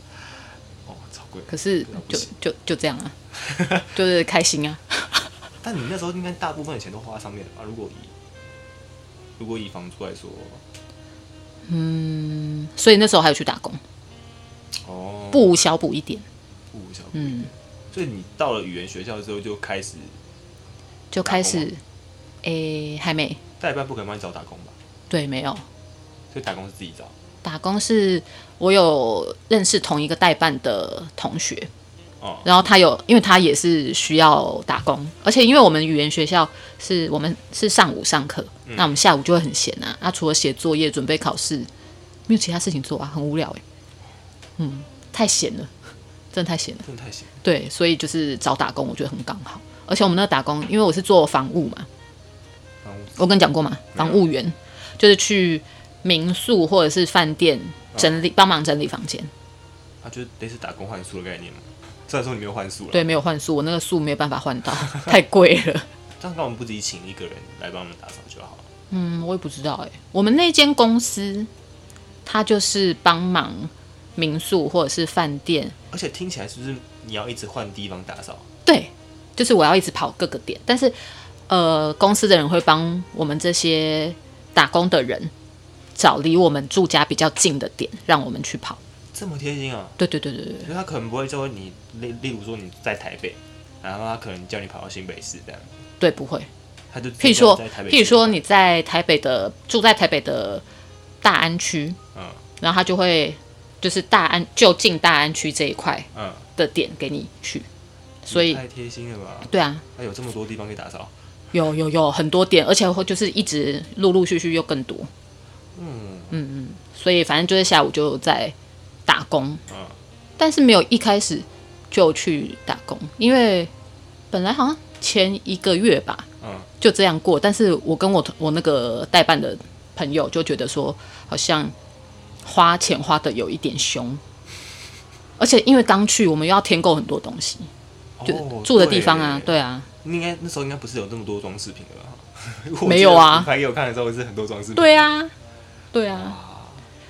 [SPEAKER 2] 哦，超贵。
[SPEAKER 1] 可是
[SPEAKER 2] 那不
[SPEAKER 1] 就
[SPEAKER 2] 行
[SPEAKER 1] 就就这样啊，就是开心啊。 [LAUGHS]
[SPEAKER 2] 但你那时候应该大部分的钱都花在上面了吧？如果以如果以房租来说，
[SPEAKER 1] 嗯，所以那时候还有去打工，
[SPEAKER 2] 哦，
[SPEAKER 1] 不无小补一点。
[SPEAKER 2] 不小，
[SPEAKER 1] 嗯，
[SPEAKER 2] 所以你到了语言学校之后就开始
[SPEAKER 1] 就开
[SPEAKER 2] 打
[SPEAKER 1] 始
[SPEAKER 2] 工，啊
[SPEAKER 1] 诶、还没，
[SPEAKER 2] 代办不可能帮你找打工吧？
[SPEAKER 1] 对，没有。
[SPEAKER 2] 所以打工是自己找。
[SPEAKER 1] 打工是我有认识同一个代办的同学，
[SPEAKER 2] 哦
[SPEAKER 1] 然后他有，因为他也是需要打工，而且因为我们语言学校是我们是上午上课，那我们下午就会很闲啊，那、除了写作业、准备考试，没有其他事情做啊，很无聊哎、嗯，太闲了，真的太闲了。
[SPEAKER 2] 真的太闲了。
[SPEAKER 1] 对，所以就是找打工，我觉得很刚好。而且我们那个打工，因为我是做房务嘛，
[SPEAKER 2] 房务
[SPEAKER 1] 我跟你讲过嘛，
[SPEAKER 2] 没有
[SPEAKER 1] 房务员就是去民宿或者是饭店整理，帮、忙整理房间。
[SPEAKER 2] 啊，就是类似打工换宿的概念嘛。虽然说你没有换宿了，
[SPEAKER 1] 对，没有换宿，我那个宿没有办法换到， [LAUGHS] 太贵了。
[SPEAKER 2] 但刚我们不自己请一个人来帮我们打扫就好了。
[SPEAKER 1] 嗯，我也不知道哎、我们那间公司，它就是帮忙民宿或者是饭店，
[SPEAKER 2] 而且听起来是不是你要一直换地方打扫？
[SPEAKER 1] 对，就是我要一直跑各个点，但是呃，公司的人会帮我们这些打工的人找离我们住家比较近的点，让我们去跑。
[SPEAKER 2] 这么贴心啊！
[SPEAKER 1] 对对对对对
[SPEAKER 2] 因为他可能不会叫你，例例如说你在台北，然后他可能叫你跑到新北市这样，
[SPEAKER 1] 对，不会。
[SPEAKER 2] 他就直
[SPEAKER 1] 譬
[SPEAKER 2] 接
[SPEAKER 1] 如说，
[SPEAKER 2] 在台北市
[SPEAKER 1] 譬如说你在台北的住在台北的大安区，
[SPEAKER 2] 嗯
[SPEAKER 1] 然后他就会就是大安就近大安区这一块
[SPEAKER 2] 嗯，
[SPEAKER 1] 的点给你去，所以
[SPEAKER 2] 太贴心了吧？
[SPEAKER 1] 对啊，
[SPEAKER 2] 他有这么多地方可以打扫，
[SPEAKER 1] 有有有很多点，而且会就是一直陆陆续续又更多。
[SPEAKER 2] 嗯
[SPEAKER 1] 所以反正就是下午就在打工，
[SPEAKER 2] 嗯，
[SPEAKER 1] 但是没有一开始就去打工，因为本来好像前一个月吧，
[SPEAKER 2] 嗯，
[SPEAKER 1] 就这样过。但是我跟我同我那个代办的朋友就觉得说，好像花钱花的有一点凶，而且因为刚去，我们又要添购很多东西，就
[SPEAKER 2] 哦
[SPEAKER 1] 住的地方啊，
[SPEAKER 2] 对，
[SPEAKER 1] 对啊，
[SPEAKER 2] 应该那时候应该不是有这么多装饰品了吧？ [LAUGHS] 我记得
[SPEAKER 1] 没有啊
[SPEAKER 2] 你拍给我看的时候是很多装饰品，
[SPEAKER 1] 对啊，对啊，
[SPEAKER 2] 哦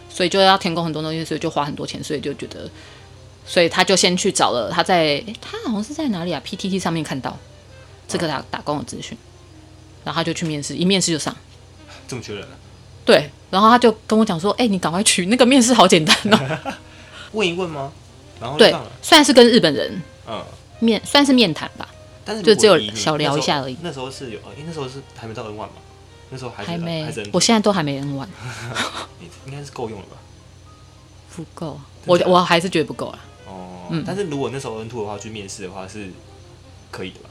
[SPEAKER 1] 所以就要填供很多东西，所以就花很多钱，所以就觉得，所以他就先去找了他在、诶他好像是在哪里啊？PTT 上面看到这个打
[SPEAKER 2] 哦
[SPEAKER 1] 打工的资讯，然后他就去面试，一面试就上，
[SPEAKER 2] 这么缺人啊？
[SPEAKER 1] 对，然后他就跟我讲说，哎、你赶快去，那个面试好简单哦、
[SPEAKER 2] [LAUGHS] 问一问吗？然后就
[SPEAKER 1] 对
[SPEAKER 2] 上了，，
[SPEAKER 1] 虽然是跟日本人
[SPEAKER 2] 嗯，
[SPEAKER 1] 面，算是面谈吧，
[SPEAKER 2] 但是
[SPEAKER 1] 就
[SPEAKER 2] 如果
[SPEAKER 1] 只有
[SPEAKER 2] 以你
[SPEAKER 1] 小聊一下而已
[SPEAKER 2] 那时候那时候是有，哦因为那时候是还没到 N one 嘛，那时候还是
[SPEAKER 1] 还没
[SPEAKER 2] 还是 N，
[SPEAKER 1] 我现在都还没
[SPEAKER 2] [LAUGHS]
[SPEAKER 1] 人玩，
[SPEAKER 2] 你应该是够用了吧？
[SPEAKER 1] 不够，我
[SPEAKER 2] 啊真的假的
[SPEAKER 1] 我还是觉得不够啊。
[SPEAKER 2] 哦，但是如果那时候 N two 的话去面试的话是可以的吧？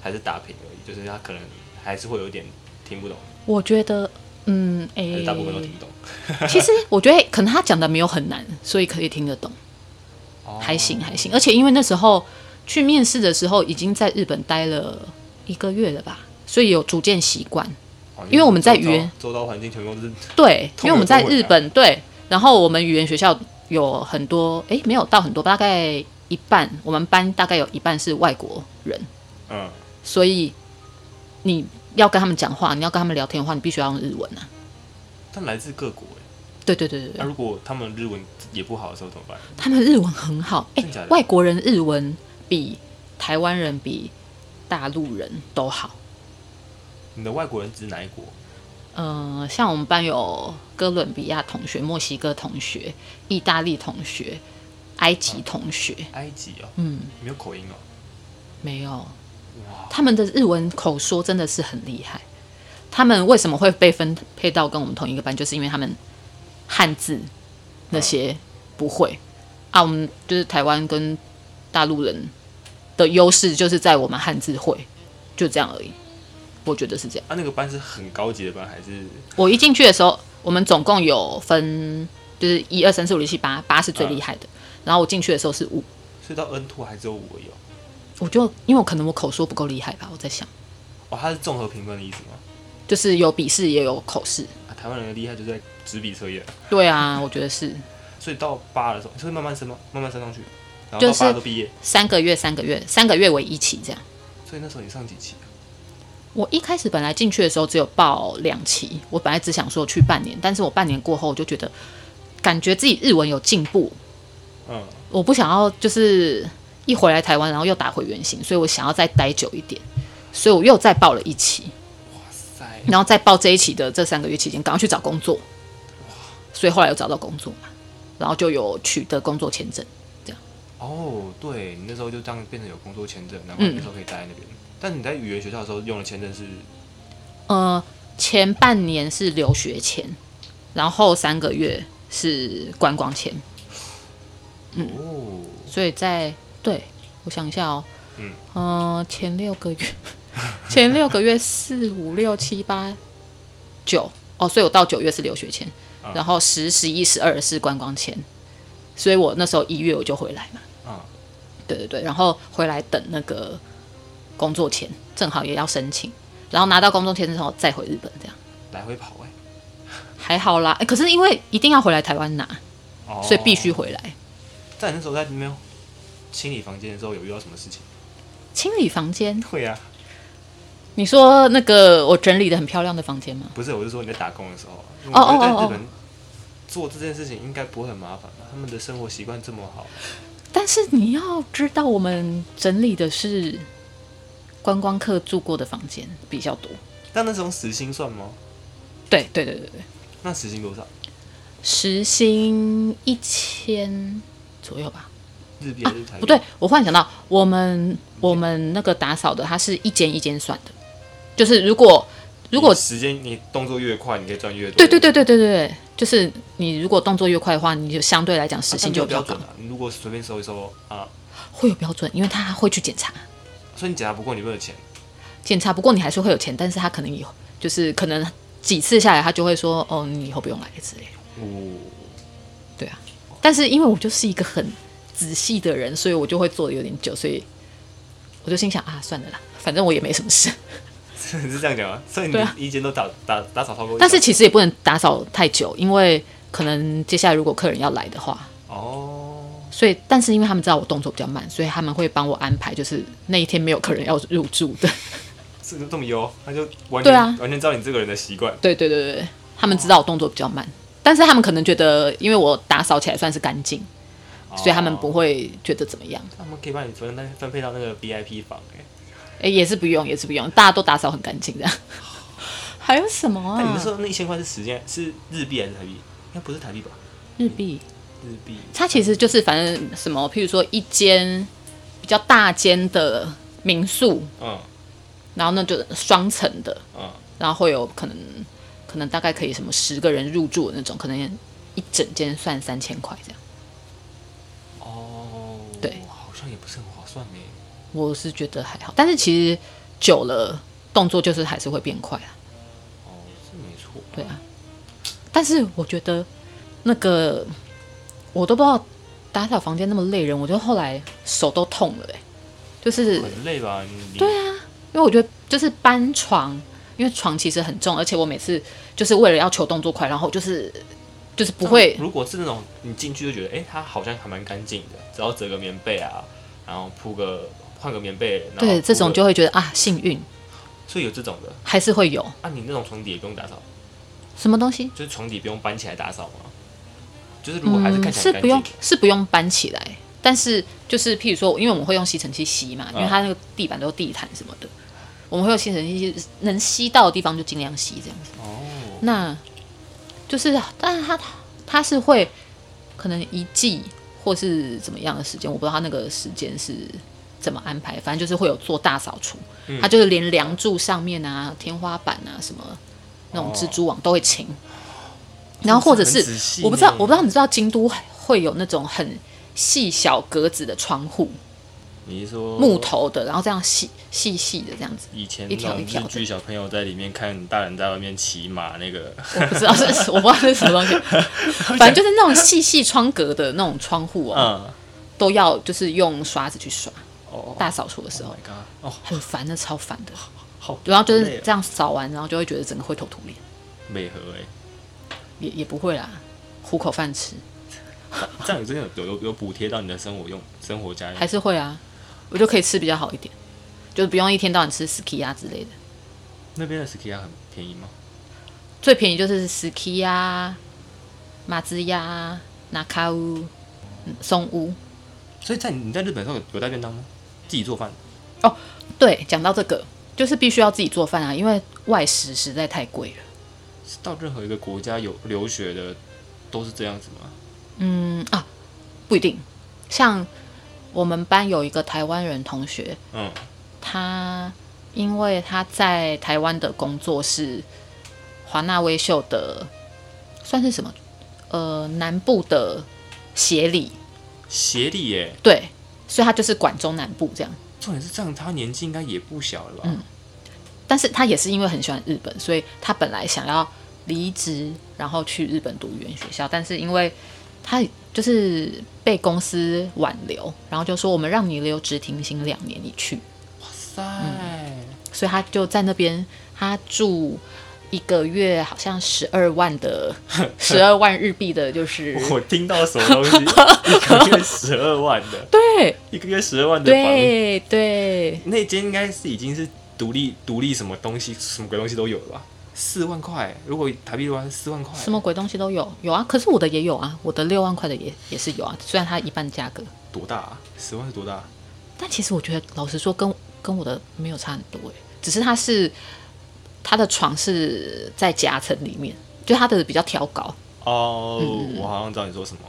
[SPEAKER 2] 还是打平而已，就是他可能还是会有点听不懂，
[SPEAKER 1] 我觉得，嗯，哎、
[SPEAKER 2] 还是大部分都听不懂。
[SPEAKER 1] [LAUGHS] 其实我觉得可能他讲的没有很难，所以可以听得懂，
[SPEAKER 2] 哦
[SPEAKER 1] 还行还行。而且因为那时候去面试的时候已经在日本待了一个月了吧，所以有逐渐习惯。
[SPEAKER 2] 哦
[SPEAKER 1] 因为我们在
[SPEAKER 2] 周
[SPEAKER 1] 语言
[SPEAKER 2] 周遭环境全部都是
[SPEAKER 1] 对，因为我们在
[SPEAKER 2] 通有
[SPEAKER 1] 日本对，然后我们语言学校有很多，诶，没有到很多，大概一半，我们班大概有一半是外国人，
[SPEAKER 2] 嗯
[SPEAKER 1] 所以你要跟他们讲话，你要跟他们聊天的话，你必须要用日文啊。
[SPEAKER 2] 但来自各国哎。
[SPEAKER 1] 对对对对
[SPEAKER 2] 那、
[SPEAKER 1] 对，
[SPEAKER 2] 如果他们日文也不好的时候怎么办？
[SPEAKER 1] 他们日文很好，哎、
[SPEAKER 2] 真假的
[SPEAKER 1] 外国人日文比台湾人比大陆人都好。
[SPEAKER 2] 你的外国人指哪一国？
[SPEAKER 1] 嗯、像我们班有哥伦比亚同学、墨西哥同学、意大利同学、埃及同学，
[SPEAKER 2] 埃及哦，
[SPEAKER 1] 嗯，
[SPEAKER 2] 没有口音哦。
[SPEAKER 1] 没有，
[SPEAKER 2] 哇，
[SPEAKER 1] 他们的日文口说真的是很厉害。他们为什么会被分配到跟我们同一个班，就是因为他们汉字那些不会啊。我们就是台湾跟大陆人的优势，就是在我们汉字会，就这样而已。我觉得是这样。
[SPEAKER 2] 啊，那个班是很高级的班还是？
[SPEAKER 1] 我一进去的时候，我们总共有分，就是一二三四五六七八，八是最厉害的。然后我进去的时候是五，
[SPEAKER 2] 所以到 N two 还只有五而已哦。
[SPEAKER 1] 我就因为我可能我口说不够厉害吧，我在想，
[SPEAKER 2] 哦，它是综合评分的意思吗？
[SPEAKER 1] 就是有笔试也有口试。
[SPEAKER 2] 啊，台湾人的厉害就是在纸笔测验，
[SPEAKER 1] 对啊，我觉得是。
[SPEAKER 2] 所以到八的时候是会慢慢升吗？慢慢升上去，然后
[SPEAKER 1] 就
[SPEAKER 2] 到
[SPEAKER 1] 是
[SPEAKER 2] 八都毕业。
[SPEAKER 1] 三个月，三个月，三个月为一期这样。
[SPEAKER 2] 所以那时候你上几期啊？
[SPEAKER 1] 我一开始本来进去的时候只有报两期，我本来只想说去半年，但是我半年过后我就觉得，感觉自己日文有进步，
[SPEAKER 2] 嗯，
[SPEAKER 1] 我不想要就是一回来台湾然后又打回原形，所以我想要再待久一点，所以我又再报了一期，
[SPEAKER 2] 哇塞，
[SPEAKER 1] 然后再报这一期的这三个月期间，赶快去找工作，所以后来有找到工作嘛，然后就有取得工作签证。
[SPEAKER 2] 哦，对你那时候就当变成有工作签证，难
[SPEAKER 1] 嗯
[SPEAKER 2] 怪你那时候可以待在那边。但你在语言学校的时候用的签证是
[SPEAKER 1] 呃，前半年是留学签，然后三个月是观光签，嗯
[SPEAKER 2] 哦，
[SPEAKER 1] 所以在对我想一下哦，
[SPEAKER 2] 嗯
[SPEAKER 1] 呃，前六个月， [LAUGHS] 前六个月四五六七八九哦，所以我到九月是留学签，
[SPEAKER 2] 嗯
[SPEAKER 1] 然后十十一十二是观光签，所以我那时候一月我就回来嘛，
[SPEAKER 2] 嗯
[SPEAKER 1] 对对对，然后回来等那个工作签，正好也要申请，然后拿到工作签之后再回日本这样。
[SPEAKER 2] 来回跑哎、
[SPEAKER 1] 还好啦、诶可是因为一定要回来台湾拿，
[SPEAKER 2] 哦
[SPEAKER 1] 所以必须。回来。
[SPEAKER 2] 在你那时候在那边清理房间的时候，有遇到什么事情？ [LAUGHS]
[SPEAKER 1] 清理房间，
[SPEAKER 2] 会啊，
[SPEAKER 1] 你说那个我整理的很漂亮的房间吗？
[SPEAKER 2] 不是，我是说你在打工的时候啊，因为
[SPEAKER 1] 哦
[SPEAKER 2] 我觉得
[SPEAKER 1] 哦哦
[SPEAKER 2] 在
[SPEAKER 1] 哦
[SPEAKER 2] 日本做这件事情应该不会很麻烦吧？他们的生活习惯这么好，
[SPEAKER 1] 但是你要知道，我们整理的是观光客住过的房间比较多。
[SPEAKER 2] 但那是用时薪算吗？
[SPEAKER 1] 对对对对对，
[SPEAKER 2] 那时薪多少？
[SPEAKER 1] 时薪一千左右吧？
[SPEAKER 2] 日币还是台币、
[SPEAKER 1] 哦不对，，我忽然想到，我们我们那个打扫的，它是一间一间算的，就是如果如果
[SPEAKER 2] 时间你动作越快，你可以赚越多。
[SPEAKER 1] 对对对对对对，就是你如果动作越快的话，你就相对来讲时
[SPEAKER 2] 啊，
[SPEAKER 1] 薪
[SPEAKER 2] 薪
[SPEAKER 1] 就
[SPEAKER 2] 就
[SPEAKER 1] 比较
[SPEAKER 2] 标
[SPEAKER 1] 高
[SPEAKER 2] 准。啊。你如果随便搜一搜啊，
[SPEAKER 1] 会有标准，因为他会去检查，
[SPEAKER 2] 所以你检查不过，你没有钱。
[SPEAKER 1] 检查不过你还是会有钱，但是他可能有，就是可能几次下来，他就会说，哦，你以后不用来之类的。
[SPEAKER 2] 哦，
[SPEAKER 1] 对啊，但是因为我就是一个很仔细的人，所以我就会做的有点久，所以我就心想啊，算了啦，反正我也没什么事。
[SPEAKER 2] 你 [LAUGHS] 是这样讲啊？所以你
[SPEAKER 1] 对啊
[SPEAKER 2] 一间都打打打扫超过一小时，
[SPEAKER 1] 但是其实也不能打扫太久，因为可能接下来如果客人要来的话，
[SPEAKER 2] 哦，
[SPEAKER 1] 所以，但是因为他们知道我动作比较慢，所以他们会帮我安排，就是那一天没有客人要入住的。
[SPEAKER 2] 这个这么优，他就完全
[SPEAKER 1] 对啊
[SPEAKER 2] 完全知道你这个人的习惯。
[SPEAKER 1] 对对对对，他们知道我动作比较慢，但是他们可能觉得，因为我打扫起来算是干净，所以他们不
[SPEAKER 2] 哦，
[SPEAKER 1] 会觉得怎么样。
[SPEAKER 2] 他们可以帮你分分分配到那个 VIP 房哎、
[SPEAKER 1] 哎，也是不用，也是不用，大家都打扫很干净这样。还有什么
[SPEAKER 2] 哎那你那
[SPEAKER 1] 啊
[SPEAKER 2] 时？候那一千块是时间是日币还是台币？应该不是台币吧？
[SPEAKER 1] 日币，
[SPEAKER 2] 日币
[SPEAKER 1] 它其实就是反正什么，譬如说一间比较大间的民宿，
[SPEAKER 2] 嗯
[SPEAKER 1] 然后那就是双层的，
[SPEAKER 2] 嗯，
[SPEAKER 1] 然后会有可能可能大概可以什么十个人入住的那种，可能一整间算三千块这样。
[SPEAKER 2] 哦，
[SPEAKER 1] 对
[SPEAKER 2] 好像也不是很划算呢。
[SPEAKER 1] 我是觉得还好，但是其实久了动作就是还是会变快啊，
[SPEAKER 2] 哦，是没错。
[SPEAKER 1] 对啊。但是我觉得那个我都不知道打扫房间那么累人，我就后来手都痛了哎、就是
[SPEAKER 2] 很累吧？你
[SPEAKER 1] 对啊，因为我觉得就是搬床，因为床其实很重，而且我每次就是为了要求动作快，然后我就是就是不会
[SPEAKER 2] 如果是那种你进去就觉得，哎、它好像还蛮干净的，只要折个棉被啊，然后铺个换个棉被，然后铺
[SPEAKER 1] 对
[SPEAKER 2] 个
[SPEAKER 1] 这种就会觉得啊幸运，
[SPEAKER 2] 所以有这种的
[SPEAKER 1] 还是会有
[SPEAKER 2] 啊。你那种床底也不用打扫，
[SPEAKER 1] 什么东西？
[SPEAKER 2] 就是床底不用搬起来打扫吗？就是如果还是看
[SPEAKER 1] 嗯，
[SPEAKER 2] 起来
[SPEAKER 1] 是
[SPEAKER 2] 很干
[SPEAKER 1] 不
[SPEAKER 2] 净
[SPEAKER 1] 用是不用搬起来，但是就是譬如说，因为我们会用吸尘器吸
[SPEAKER 2] 嗯
[SPEAKER 1] 嘛，因为它那个地板都是地毯什么的，我们会用吸尘器能吸到的地方就尽量吸这样子。
[SPEAKER 2] 哦，
[SPEAKER 1] 那就是，但是它它是会可能一季或是怎么样的时间，我不知道它那个时间是怎么安排，反正就是会有做大扫除，
[SPEAKER 2] 嗯
[SPEAKER 1] 它就是连梁柱上面啊、天花板啊什么那
[SPEAKER 2] 哦
[SPEAKER 1] 种蜘蛛网都会清，然后或者
[SPEAKER 2] 真的是很
[SPEAKER 1] 是
[SPEAKER 2] 仔细
[SPEAKER 1] 我不知道
[SPEAKER 2] 呢，
[SPEAKER 1] 我不知道你知道京都会有那种很细小格子的窗户，
[SPEAKER 2] 你是说
[SPEAKER 1] 木头的，然后这样细细细的这样子，
[SPEAKER 2] 以前
[SPEAKER 1] 一
[SPEAKER 2] 那
[SPEAKER 1] 条
[SPEAKER 2] 种
[SPEAKER 1] 一条
[SPEAKER 2] 日
[SPEAKER 1] 的
[SPEAKER 2] 剧小朋友在里面看大人在外面骑马那个，
[SPEAKER 1] 我不知道这是我不知道这是什么东
[SPEAKER 2] [LAUGHS]
[SPEAKER 1] 西，反正就是那种细细窗格的那种窗户哦。
[SPEAKER 2] [LAUGHS] 嗯，
[SPEAKER 1] 都要就是用刷子去刷，
[SPEAKER 2] 哦
[SPEAKER 1] 大扫除的时
[SPEAKER 2] oh
[SPEAKER 1] 候
[SPEAKER 2] my god，哦，
[SPEAKER 1] 很烦的，超烦的。
[SPEAKER 2] 好，
[SPEAKER 1] 然后就是
[SPEAKER 2] 好累哦
[SPEAKER 1] 这样扫完，然后就会觉得整个灰头土脸，
[SPEAKER 2] 美和哎，
[SPEAKER 1] 也也不会啦，糊口饭吃
[SPEAKER 2] 这样真的有有有补贴到你的生活用生活家用
[SPEAKER 1] 还是会啊，我就可以吃比较好一点，就是不用一天到晚吃 ski 啊之类的。
[SPEAKER 2] 那边的 ski 很便宜吗？
[SPEAKER 1] 最便宜就是 ski 啊、马兹呀、纳卡乌、嗯松屋。
[SPEAKER 2] 所以在你在日本的时候有有带便当吗？自己做饭？
[SPEAKER 1] 对，讲到这个，就是必须要自己做饭啊，因为外食实在太贵了。
[SPEAKER 2] 是到任何一个国家有留学的都是这样子吗？
[SPEAKER 1] 嗯啊，不一定。像我们班有一个台湾人同学，
[SPEAKER 2] 嗯，
[SPEAKER 1] 他因为他在台湾的工作是华纳威秀的，算是什么？呃，南部的协理，
[SPEAKER 2] 协理耶，
[SPEAKER 1] 对，所以他就是管中南部这样。
[SPEAKER 2] 重点是这样，他年纪应该也不小了吧？
[SPEAKER 1] 嗯但是他也是因为很喜欢日本，所以他本来想要离职，然后去日本读语言学校，但是因为他就是被公司挽留，然后就说我们让你留职停薪两年，你去，
[SPEAKER 2] 哇塞，
[SPEAKER 1] 所以他就在那边，他住一个月好像十二万 [LAUGHS] 的十二万日币的，就是
[SPEAKER 2] 我听到什么东西？一个月十二万的，
[SPEAKER 1] 对
[SPEAKER 2] 一个月十二万的房，
[SPEAKER 1] 对对，
[SPEAKER 2] 那间应该是已经是独立独立什么东西什么鬼东西都有了吧？四万块，如果台币的话是四万块，
[SPEAKER 1] 什么鬼东西都有有啊，可是我的也有啊，我的六万块的也也是有啊，虽然它一半价格。
[SPEAKER 2] 多大、啊？十万是多大、
[SPEAKER 1] 但其实我觉得，老实说跟，跟我的没有差很多诶，欸只是他是他的床是在夹层里面，就他的比较挑高。嗯
[SPEAKER 2] 哦、我好像知道你说什么，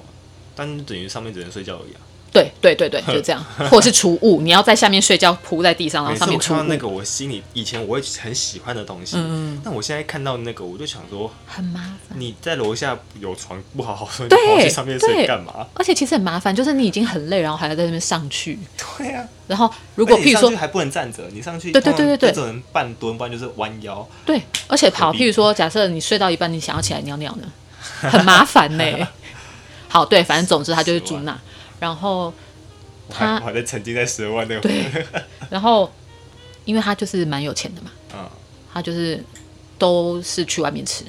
[SPEAKER 2] 但等于上面只能睡觉而已啊。
[SPEAKER 1] 对对对对，就这
[SPEAKER 2] [LAUGHS]
[SPEAKER 1] 样，或者是储物，你要在下面睡觉，铺在地上，然
[SPEAKER 2] 每
[SPEAKER 1] 后
[SPEAKER 2] 次
[SPEAKER 1] 啊上
[SPEAKER 2] 我
[SPEAKER 1] 面储
[SPEAKER 2] 看
[SPEAKER 1] 物
[SPEAKER 2] 到，那个，我心里以前我会很喜欢的东西，
[SPEAKER 1] 嗯
[SPEAKER 2] 但我现在看到那个，我就想说，
[SPEAKER 1] 很麻烦。
[SPEAKER 2] 你在楼下有床不好好睡，你
[SPEAKER 1] 对
[SPEAKER 2] 跑去上面睡
[SPEAKER 1] 对
[SPEAKER 2] 干嘛？
[SPEAKER 1] 而且其实很麻烦，就是你已经很累，然后还要在那边上去。
[SPEAKER 2] 对啊，
[SPEAKER 1] 然后如
[SPEAKER 2] 如
[SPEAKER 1] 果譬如说，
[SPEAKER 2] 还不能站着，你上去
[SPEAKER 1] 对对对对对
[SPEAKER 2] 通常就只能半蹲，不然就是弯腰。
[SPEAKER 1] 对，而且跑，
[SPEAKER 2] 何必
[SPEAKER 1] 譬如说，假设你睡到一半，你想要起来尿尿呢，很麻烦呢、
[SPEAKER 2] [LAUGHS]
[SPEAKER 1] 好，对，反正总之他就是住那，然后
[SPEAKER 2] 啊我还
[SPEAKER 1] 他
[SPEAKER 2] 我还在沉浸在十二万那个，
[SPEAKER 1] 对，
[SPEAKER 2] [LAUGHS]
[SPEAKER 1] 然后因为他就是蛮有钱的嘛，
[SPEAKER 2] 嗯，
[SPEAKER 1] 他就是都是去外面吃，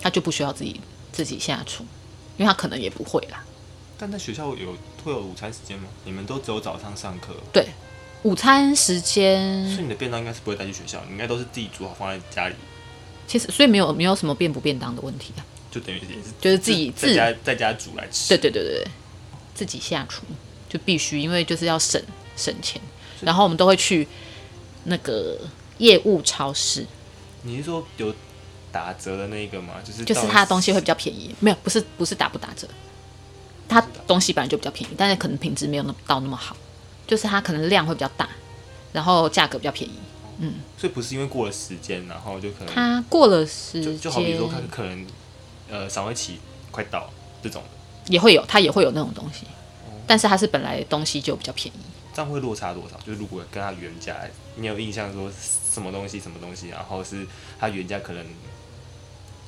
[SPEAKER 1] 他就不需要自己自己下厨，因为他可能也不会啦。
[SPEAKER 2] 但在学校有会有午餐时间吗？你们都只有早上上课，
[SPEAKER 1] 对，午餐时
[SPEAKER 2] 所以
[SPEAKER 1] 间
[SPEAKER 2] 你的便当应该是不会带去学校，你应该都是自己煮好放在家里，
[SPEAKER 1] 其实所以没有没有什么便不便当的问题啊。
[SPEAKER 2] 就等于也是
[SPEAKER 1] 就是自己
[SPEAKER 2] 在
[SPEAKER 1] 自
[SPEAKER 2] 家在家煮来吃。
[SPEAKER 1] 对对对对对，自己下厨就必须，因为就是要省省钱。然后我们都会去那个业务超市，
[SPEAKER 2] 你是说有打折的那个吗？就是
[SPEAKER 1] 就是
[SPEAKER 2] 到
[SPEAKER 1] 它的东西会比较便宜，没有，不是不是打不打折，它东西本来就比较便宜，但是可能品质没有那到那么好，就是它可能量会比较大，然后价格比较便宜。
[SPEAKER 2] 所以不是因为过了时间，然后就可能
[SPEAKER 1] 它过了时
[SPEAKER 2] 就
[SPEAKER 1] 间
[SPEAKER 2] 就好比说，他可能呃赏味期快到这种，
[SPEAKER 1] 也会有，它也会有那种东西，
[SPEAKER 2] 哦
[SPEAKER 1] 但是它是本来东西就比较便宜。
[SPEAKER 2] 这样会落差多少？就是如果跟他原价，你有印象说什么东西什么东西，然后是他原价可能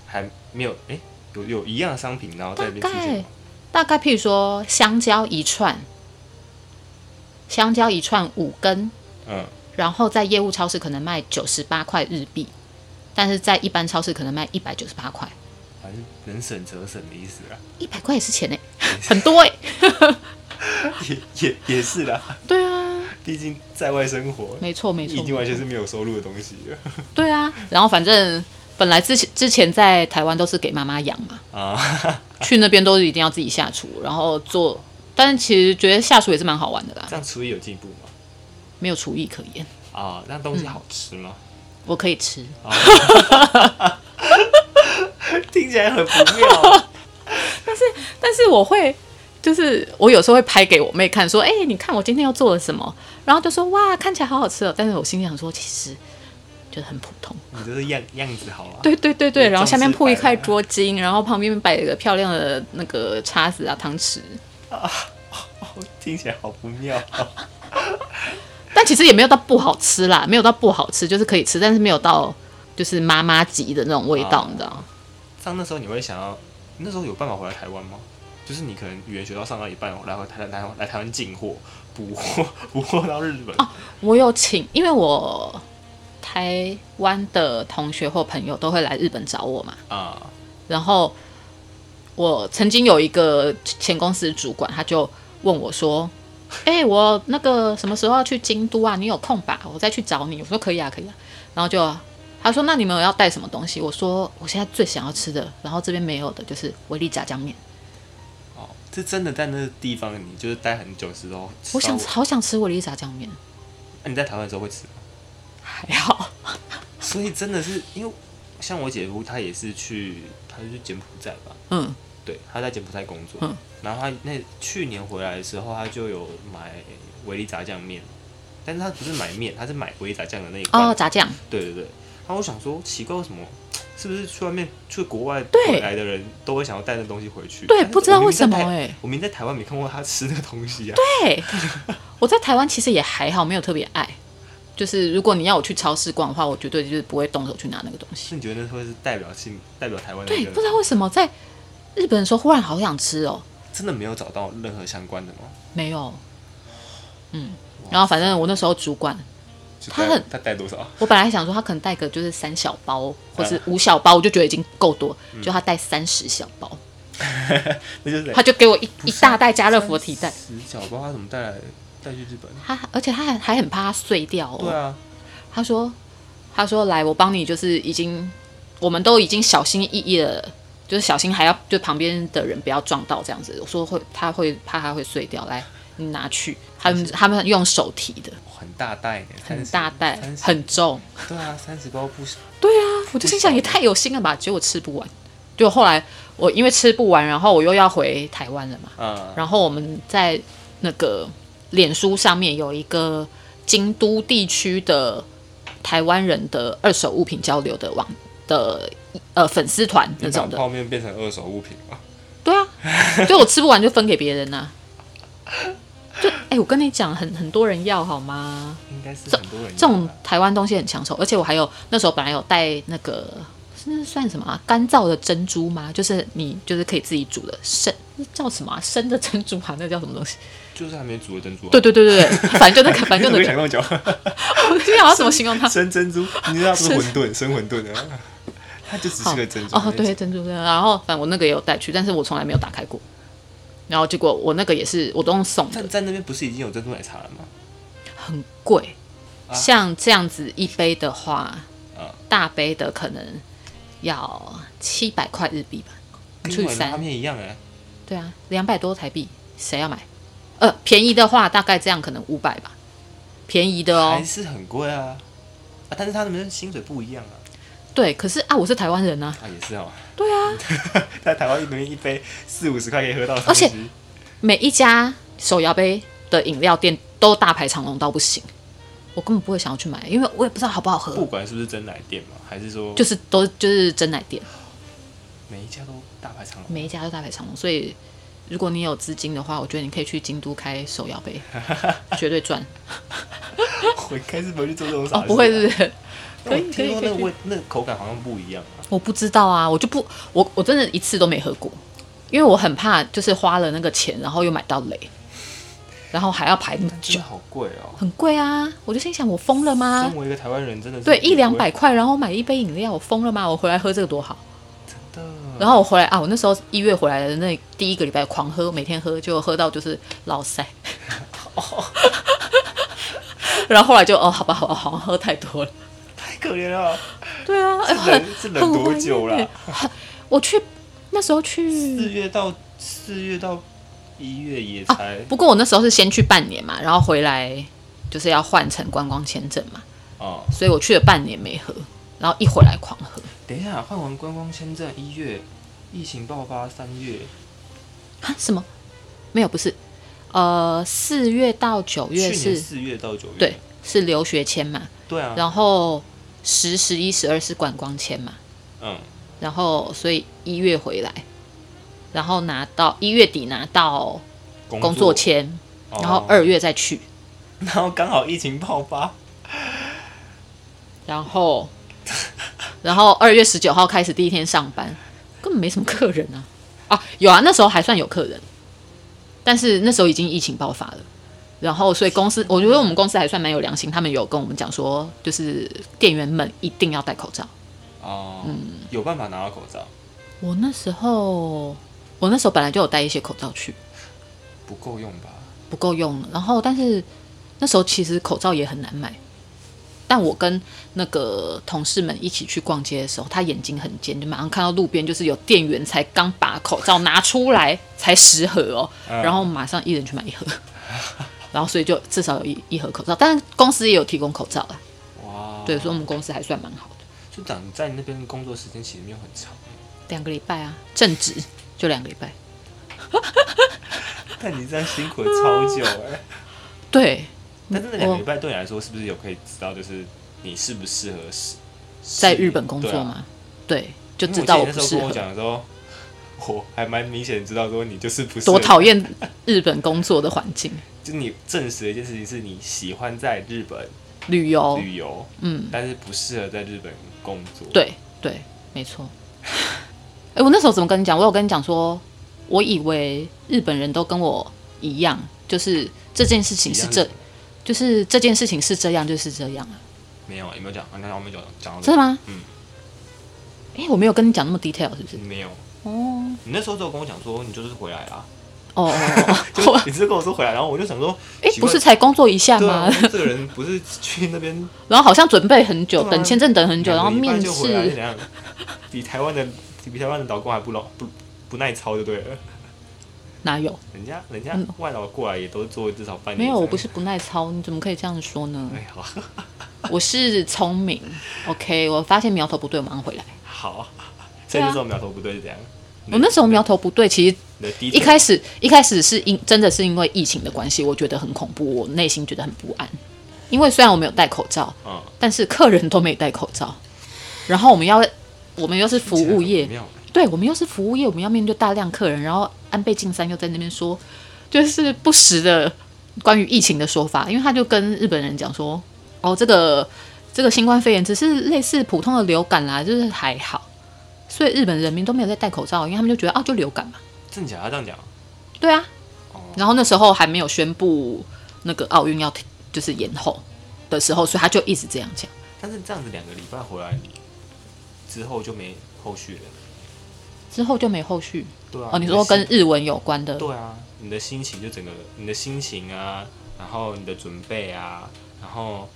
[SPEAKER 2] 还没有哎、有有一样的商品，然后在那边出现吗
[SPEAKER 1] 大概譬如说香蕉一串，香蕉一串五根，
[SPEAKER 2] 嗯，
[SPEAKER 1] 然后在业务超市可能卖九十八块日币，但是在一般超市可能卖一百九十八块，
[SPEAKER 2] 反正能省则省的意思啊啦，
[SPEAKER 1] 一百块也是钱呢、 [LAUGHS] 很多哎、
[SPEAKER 2] 也也也是啦，
[SPEAKER 1] 对啊，
[SPEAKER 2] 毕竟在外生活，
[SPEAKER 1] 没错没错
[SPEAKER 2] 已，经完全是没有收入的东西了
[SPEAKER 1] 对啊。然后反正本来之前之前在台湾都是给妈妈养嘛，
[SPEAKER 2] 啊， [LAUGHS]
[SPEAKER 1] 去那边都是一定要自己下厨，然后做。但是其实觉得下厨也是蛮好玩的啦
[SPEAKER 2] 这，样厨艺有进步吗？
[SPEAKER 1] 没有厨艺可言，
[SPEAKER 2] 啊，那东西好吃吗？
[SPEAKER 1] 我可以吃。
[SPEAKER 2] 听起来很不妙。
[SPEAKER 1] 但是我会，就是我有时候会拍给我妹看，说：“哎、你看我今天又做了什么？”然后就说：“哇，看起来好好吃哦。”但是我心里想说，其实就很普通。
[SPEAKER 2] 你这是样样子好啊。
[SPEAKER 1] 对对对对，
[SPEAKER 2] 也
[SPEAKER 1] 然后下面
[SPEAKER 2] 重视
[SPEAKER 1] 铺一
[SPEAKER 2] 摆
[SPEAKER 1] 块
[SPEAKER 2] 盘
[SPEAKER 1] 桌巾，然后旁边摆一个漂亮的那个叉子啊、汤匙，
[SPEAKER 2] 听起来好不妙。
[SPEAKER 1] 但其实也没有到不好吃啦，没有到不好吃，就是可以吃，但是没有到就是妈妈级的那种味道，
[SPEAKER 2] 哦
[SPEAKER 1] 你知道吗？
[SPEAKER 2] 像那时候你会想要，那时候有办法回来台湾吗？就是你可能语言学校上到一半，来回台来来来台湾进货、补货、 [LAUGHS] 补货到日本。
[SPEAKER 1] 我有请，因为我台湾的同学或朋友都会来日本找我嘛，
[SPEAKER 2] 啊，
[SPEAKER 1] 然后我曾经有一个前公司主管，他就问我说：“哎、我那个什么时候要去京都啊？你有空吧？我再去找你。”我说：“可以啊，可以啊。”然后就他说：“那你们要带什么东西？”我说：“我现在最想要吃的，然后这边没有的就是维力炸酱面。
[SPEAKER 2] 哦，这真的在那个地方，你就是待很久之后，
[SPEAKER 1] 我想
[SPEAKER 2] 稍微
[SPEAKER 1] 好想吃维力炸酱面，
[SPEAKER 2] 那你在台湾的时候会吃吗？
[SPEAKER 1] 还好。
[SPEAKER 2] 所以真的是因为像我姐夫，她也是去，她是去柬埔寨吧，
[SPEAKER 1] 嗯，
[SPEAKER 2] 对，他在柬埔寨工作，
[SPEAKER 1] 嗯
[SPEAKER 2] 然后他那去年回来的时候，他就有买维力炸酱面，但是他不是买面，他是买维力炸酱的那一罐。
[SPEAKER 1] 哦，炸酱，
[SPEAKER 2] 对对对，然后我想说奇怪，为什么是不是去外面去国外
[SPEAKER 1] 对
[SPEAKER 2] 回来的人都会想要带那东西回去？
[SPEAKER 1] 对
[SPEAKER 2] 但是
[SPEAKER 1] 不知道
[SPEAKER 2] 我明
[SPEAKER 1] 为
[SPEAKER 2] 明
[SPEAKER 1] 什么
[SPEAKER 2] 在台
[SPEAKER 1] 欸
[SPEAKER 2] 我明明在台湾没看过他吃那个东西啊。
[SPEAKER 1] 对，我在台湾其实也还好，没有特别爱。就是如果你要我去超市逛的话，我绝对就是不会动手去拿那个东西。
[SPEAKER 2] 是你觉得那会是代表性代表台湾的一
[SPEAKER 1] 对，不
[SPEAKER 2] 个？
[SPEAKER 1] 知道为什么在日本的时候忽然好想吃哦，
[SPEAKER 2] 真的没有找到任何相关的吗？
[SPEAKER 1] 没有，嗯，然后反正我那时候主管，
[SPEAKER 2] 就
[SPEAKER 1] 他
[SPEAKER 2] 带
[SPEAKER 1] 很
[SPEAKER 2] 他带多少？ [LAUGHS]
[SPEAKER 1] 我本来想说他可能带个就是三小包或是五小包，我就觉得已经够多，
[SPEAKER 2] 嗯
[SPEAKER 1] 就他带三十小包，
[SPEAKER 2] 那就是
[SPEAKER 1] 他就给我一
[SPEAKER 2] 不
[SPEAKER 1] 一
[SPEAKER 2] 是啊
[SPEAKER 1] 大袋家乐福的提袋，
[SPEAKER 2] 十角包，他怎么带来带去日本？
[SPEAKER 1] 他而且他还还很怕它碎掉哦，
[SPEAKER 2] 对啊，
[SPEAKER 1] 他说：“他说来，我帮你，就是已经，我们都已经小心翼翼的，就是小心还要就旁边的人不要撞到这样子。”我说会，他会怕它会碎掉，来你拿去。他们他们用手提的，
[SPEAKER 2] 很大袋呢，
[SPEAKER 1] 很
[SPEAKER 2] 30
[SPEAKER 1] 大袋，
[SPEAKER 2] 30
[SPEAKER 1] 很重。
[SPEAKER 2] 对啊，三十包不是
[SPEAKER 1] 对啊，我就心想也太有心了吧，结果吃不完。就后来我因为吃不完，然后我又要回台湾了嘛，
[SPEAKER 2] 啊，
[SPEAKER 1] 然后我们在那个脸书上面有一个京都地区的台湾人的二手物品交流的网的呃粉丝团那
[SPEAKER 2] 你
[SPEAKER 1] 种
[SPEAKER 2] 把
[SPEAKER 1] 的，
[SPEAKER 2] 泡面变成二手物品了。
[SPEAKER 1] 对啊，就我吃不完就分给别人呐、啊就哎、我跟你讲，很很多人要好吗？
[SPEAKER 2] 应该是很多人啊
[SPEAKER 1] 这种
[SPEAKER 2] 用吧
[SPEAKER 1] 台湾东西很抢手，而且我还有那时候本来有带那个是算什么啊？干燥的珍珠吗？就是你就是可以自己煮的生那叫什么、啊、生的珍珠啊？那叫什么东西？
[SPEAKER 2] 就是还没煮的珍珠、啊。
[SPEAKER 1] 对，对对对
[SPEAKER 2] [LAUGHS]
[SPEAKER 1] 对，反正就那个，反正就
[SPEAKER 2] 我
[SPEAKER 1] 那
[SPEAKER 2] 想
[SPEAKER 1] 个，
[SPEAKER 2] 跟我讲，
[SPEAKER 1] [LAUGHS] 我就想要怎么形容它？
[SPEAKER 2] [LAUGHS] 生珍珠，你知道它不是馄饨，生馄饨啊，它就只是个珍珠。
[SPEAKER 1] 哦，对，，珍珠对。然后反正我那个也有带去，但是我从来没有打开过。然后结果我那个也是我都用送的
[SPEAKER 2] 但，在那边不是已经有珍珠奶茶了吗？
[SPEAKER 1] 很贵。
[SPEAKER 2] 啊
[SPEAKER 1] 像这样子一杯的话，
[SPEAKER 2] 啊，
[SPEAKER 1] 大杯的可能要七百块日币吧，除以
[SPEAKER 2] 跟我拉
[SPEAKER 1] 三，
[SPEAKER 2] 面一样哎、
[SPEAKER 1] 对啊，两百多台币，谁要买？呃，便宜的话大概这样可能五百吧，便宜的哦
[SPEAKER 2] 还。是很贵啊。啊，但是他们薪水不一样啊。
[SPEAKER 1] 对，可是啊，我是台湾人啊，
[SPEAKER 2] 啊，也是哦，
[SPEAKER 1] 对啊，
[SPEAKER 2] [LAUGHS] 在台湾一杯一杯四五十块可以喝到的
[SPEAKER 1] 而
[SPEAKER 2] 东西，
[SPEAKER 1] 且每一家手摇杯的饮料店都大排长龙到不行，我根本不会想要去买，因为我也不知道好不好
[SPEAKER 2] 不
[SPEAKER 1] 喝，
[SPEAKER 2] 管是不是真奶店嘛，还是说
[SPEAKER 1] 就是都就是真奶店，
[SPEAKER 2] 每一家都大排长龙。 [LAUGHS]
[SPEAKER 1] 每一家都大排长龙，所以如果你有资金的话，我觉得你可以去京都开手摇杯，绝对赚
[SPEAKER 2] 我应该是不会去做这种傻事、啊
[SPEAKER 1] 哦，不会是不是？可
[SPEAKER 2] 我
[SPEAKER 1] 以可
[SPEAKER 2] 听
[SPEAKER 1] 以
[SPEAKER 2] 说
[SPEAKER 1] 可
[SPEAKER 2] 那
[SPEAKER 1] 以
[SPEAKER 2] 个
[SPEAKER 1] 可以
[SPEAKER 2] 味、那个口感好像不一样啊。
[SPEAKER 1] 我不知道啊，我就不我我真的一次都没喝过，因为我很怕就是花了那个钱，然后又买到雷，然后还要排那么
[SPEAKER 2] 但真
[SPEAKER 1] 久
[SPEAKER 2] 的，好贵哦、
[SPEAKER 1] 很贵啊！我就心想我疯了吗
[SPEAKER 2] 身？为一个台湾人，真的是
[SPEAKER 1] 对，
[SPEAKER 2] 很贵
[SPEAKER 1] 一两百块，然后买一杯饮料，我疯了吗？我回来喝这个多好。
[SPEAKER 2] 真的。
[SPEAKER 1] 然后我回来啊，我那时候一月回来的那第一个礼拜狂喝，每天喝，就喝到就是老塞。 [LAUGHS] 然后后来就哦，好吧，好吧，好像喝太多了。
[SPEAKER 2] 太可怜了，
[SPEAKER 1] 对啊，哎，
[SPEAKER 2] [LAUGHS] 是
[SPEAKER 1] 很 [LAUGHS]
[SPEAKER 2] 冷是
[SPEAKER 1] 很
[SPEAKER 2] 冷多久
[SPEAKER 1] 怀
[SPEAKER 2] 啦
[SPEAKER 1] 念？ [LAUGHS] 我去那时候
[SPEAKER 2] 四
[SPEAKER 1] 去
[SPEAKER 2] 月到四月到一月也
[SPEAKER 1] 啊
[SPEAKER 2] 才，
[SPEAKER 1] 不过我那时候是先去半年嘛，然后回来就是要换成观光签证嘛，
[SPEAKER 2] 哦。
[SPEAKER 1] 所以我去了半年没喝，然后一回来狂喝。
[SPEAKER 2] 等一下，换完观光签证，一月疫情爆发，三月
[SPEAKER 1] 啊？什么？没有，不是，呃，四月到九
[SPEAKER 2] 去
[SPEAKER 1] 月
[SPEAKER 2] 年
[SPEAKER 1] 是，
[SPEAKER 2] 四月到九月，
[SPEAKER 1] 对，是留学签嘛，
[SPEAKER 2] 对啊，
[SPEAKER 1] 然后十、十一、十二是观光签嘛，
[SPEAKER 2] 嗯，
[SPEAKER 1] 然后所以一月回来，然后拿到一月底拿到
[SPEAKER 2] 工
[SPEAKER 1] 工作，签，
[SPEAKER 2] 哦
[SPEAKER 1] 然后二，月再去，
[SPEAKER 2] 然后刚好疫情爆发，
[SPEAKER 1] 然后然后二月十九号开始第一天上班，根本没什么客人啊，啊，有啊，那时候还算有客人，但是那时候已经疫情爆发了。然后，所以公司，我觉得我们公司还算蛮有良心，他们有跟我们讲说，就是店员们一定要戴口罩。
[SPEAKER 2] 哦，
[SPEAKER 1] 嗯
[SPEAKER 2] 有办法拿到口罩，
[SPEAKER 1] 我那时候，我那时候本来就有带一些口罩去，
[SPEAKER 2] 不够用吧？
[SPEAKER 1] 不够用了。然后，但是那时候其实口罩也很难买。但我跟那个同事们一起去逛街的时候，他眼睛很尖，就马上看到路边就是有店员才刚把口罩拿出来，才十盒哦，
[SPEAKER 2] 嗯
[SPEAKER 1] 然后马上一人去买一盒， [LAUGHS] 然后所以就至少有一一盒口罩。但是公司也有提供口罩啦，
[SPEAKER 2] 哇，
[SPEAKER 1] 对，所以我们公司还算蛮好的，
[SPEAKER 2] 就长在那边工作时间其实没有很长， [LAUGHS]
[SPEAKER 1] 两个礼拜啊，正职就两个礼拜。
[SPEAKER 2] 但你这样辛苦了超久哎、
[SPEAKER 1] 对，
[SPEAKER 2] 但是那两
[SPEAKER 1] 嗯
[SPEAKER 2] 个
[SPEAKER 1] 我
[SPEAKER 2] 礼拜对你来说，是不是有可以知道，就是你适不适合是
[SPEAKER 1] 在日本工作？
[SPEAKER 2] 是对啊
[SPEAKER 1] 嘛，对，就
[SPEAKER 2] 因为
[SPEAKER 1] 知道
[SPEAKER 2] 我
[SPEAKER 1] 我
[SPEAKER 2] 记得
[SPEAKER 1] 不
[SPEAKER 2] 那时
[SPEAKER 1] 适合
[SPEAKER 2] 候跟我。讲的时候，我还蛮明显知道说你就是不适合
[SPEAKER 1] 多讨，厌日本工作的环境，
[SPEAKER 2] 就你证实的一件事情是你喜欢在日本
[SPEAKER 1] 旅游，
[SPEAKER 2] 旅游，
[SPEAKER 1] 嗯，
[SPEAKER 2] 但是不适合在日本工作。，
[SPEAKER 1] 对对，没错。 [LAUGHS] 哎、我那时候怎么跟你讲？我有跟你讲说，我以为日本人都跟我一样，就是这件事情是这，就是这件事情是这样，就是这样啊，
[SPEAKER 2] 没有有没有讲？啊，那我没有讲讲到这
[SPEAKER 1] 真
[SPEAKER 2] 个
[SPEAKER 1] 的吗？
[SPEAKER 2] 嗯，
[SPEAKER 1] 哎、我没有跟你讲那么 detail，是不是？
[SPEAKER 2] 没有。
[SPEAKER 1] 哦
[SPEAKER 2] 你那时候只有跟我讲说你就是回来
[SPEAKER 1] [LAUGHS]
[SPEAKER 2] 啦，
[SPEAKER 1] 哦哦哦，
[SPEAKER 2] [LAUGHS] 就
[SPEAKER 1] 哦
[SPEAKER 2] 你只是跟我说回来，然后我就想说，
[SPEAKER 1] 哎、
[SPEAKER 2] 奇怪
[SPEAKER 1] 不是才工作一下
[SPEAKER 2] 对
[SPEAKER 1] 吗
[SPEAKER 2] 啊，？我说这个人不是去那边
[SPEAKER 1] [LAUGHS] 然后好像准备很久，
[SPEAKER 2] 对啊
[SPEAKER 1] 等签证等很久，然后
[SPEAKER 2] 两个礼拜
[SPEAKER 1] 面
[SPEAKER 2] 就回来
[SPEAKER 1] 试
[SPEAKER 2] 怎样？ [LAUGHS] 比台湾的比台湾的老公还不老不不耐操就对了。
[SPEAKER 1] 哪有？
[SPEAKER 2] 人家人家
[SPEAKER 1] 嗯
[SPEAKER 2] 外劳过来也都做至少半年。
[SPEAKER 1] 没有，我不。是不耐操，你怎么可以这样说呢？
[SPEAKER 2] 哎，好，
[SPEAKER 1] 我是聪明，OK，我发现苗头不对，我马上回来。
[SPEAKER 2] 好。
[SPEAKER 1] 啊
[SPEAKER 2] 所以那时候苗头不对是怎样？
[SPEAKER 1] 我那时候苗头不对，其实
[SPEAKER 2] 你的第
[SPEAKER 1] 一开始一开始是因真的是因为疫情的关系，我觉得很恐怖，我内心觉得很不安。因为虽然我没有戴口罩，
[SPEAKER 2] 嗯，
[SPEAKER 1] 但是客人都没戴口罩，然后我们要我们又是服务业
[SPEAKER 2] 没，有
[SPEAKER 1] 对我们又是服务业，我们要面对大量客人，然后安倍晋三又在那边说，就是不实的关于疫情的说法，因为他就跟日本人讲说，哦，这个这个新冠肺炎只是类似普通的流感啦，就是还好，所以日本人民都没有在戴口罩，因为他们就觉得啊，就流感嘛，
[SPEAKER 2] 真假？他这样讲，
[SPEAKER 1] 对啊
[SPEAKER 2] 哦，
[SPEAKER 1] 然后那时候还没有宣布那个奥运要停就是延后的时候，所以他就一直这样讲。
[SPEAKER 2] 但是这样子两个礼拜回来，你之后就没后续了。
[SPEAKER 1] 之后就没后续
[SPEAKER 2] 对啊。
[SPEAKER 1] 哦。你说
[SPEAKER 2] 的心
[SPEAKER 1] 跟日文有关的，
[SPEAKER 2] 对啊，你的心情就整个你的心情啊，然后你的准备啊，然后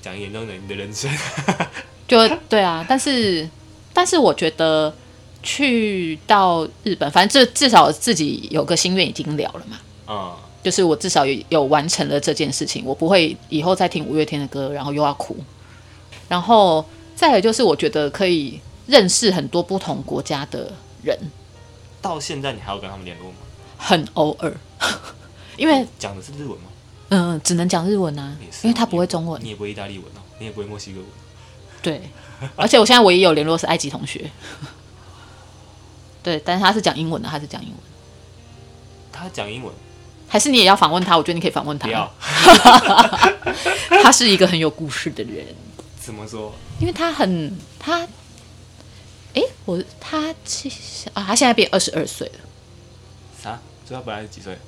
[SPEAKER 2] 讲一点重点，你的人生。 [LAUGHS]
[SPEAKER 1] 就对啊，但是但是我觉得去到日本，反正至至少自己有个心愿已经了了嘛，
[SPEAKER 2] 嗯，
[SPEAKER 1] 就是我至少有有完成了这件事情，我不会以后再听五月天的歌，然后又要哭。然后再有就是，我觉得可以认识很多不同国家的人，
[SPEAKER 2] 到现在你还有跟他们联络吗？
[SPEAKER 1] 很偶尔， [LAUGHS] 因为
[SPEAKER 2] 讲的是日文吗？
[SPEAKER 1] 嗯、只能讲日文啊
[SPEAKER 2] 也，是
[SPEAKER 1] 因为他不会中文
[SPEAKER 2] 你，也不会意大利文哦，你也不会墨西哥文。
[SPEAKER 1] 对，而且我现在唯一有联络是埃及同学， [LAUGHS] 对，但是他是讲英文的，他是讲英文。
[SPEAKER 2] 他讲英文，
[SPEAKER 1] 还是你也要访问他？我觉得你可以访问
[SPEAKER 2] 不
[SPEAKER 1] 他
[SPEAKER 2] 要。
[SPEAKER 1] 他是一个很有故事的人，
[SPEAKER 2] 怎么说？
[SPEAKER 1] 因为他很他，诶，我他其实啊，他现在变二十二岁了。
[SPEAKER 2] 啥？所以他本来是几岁？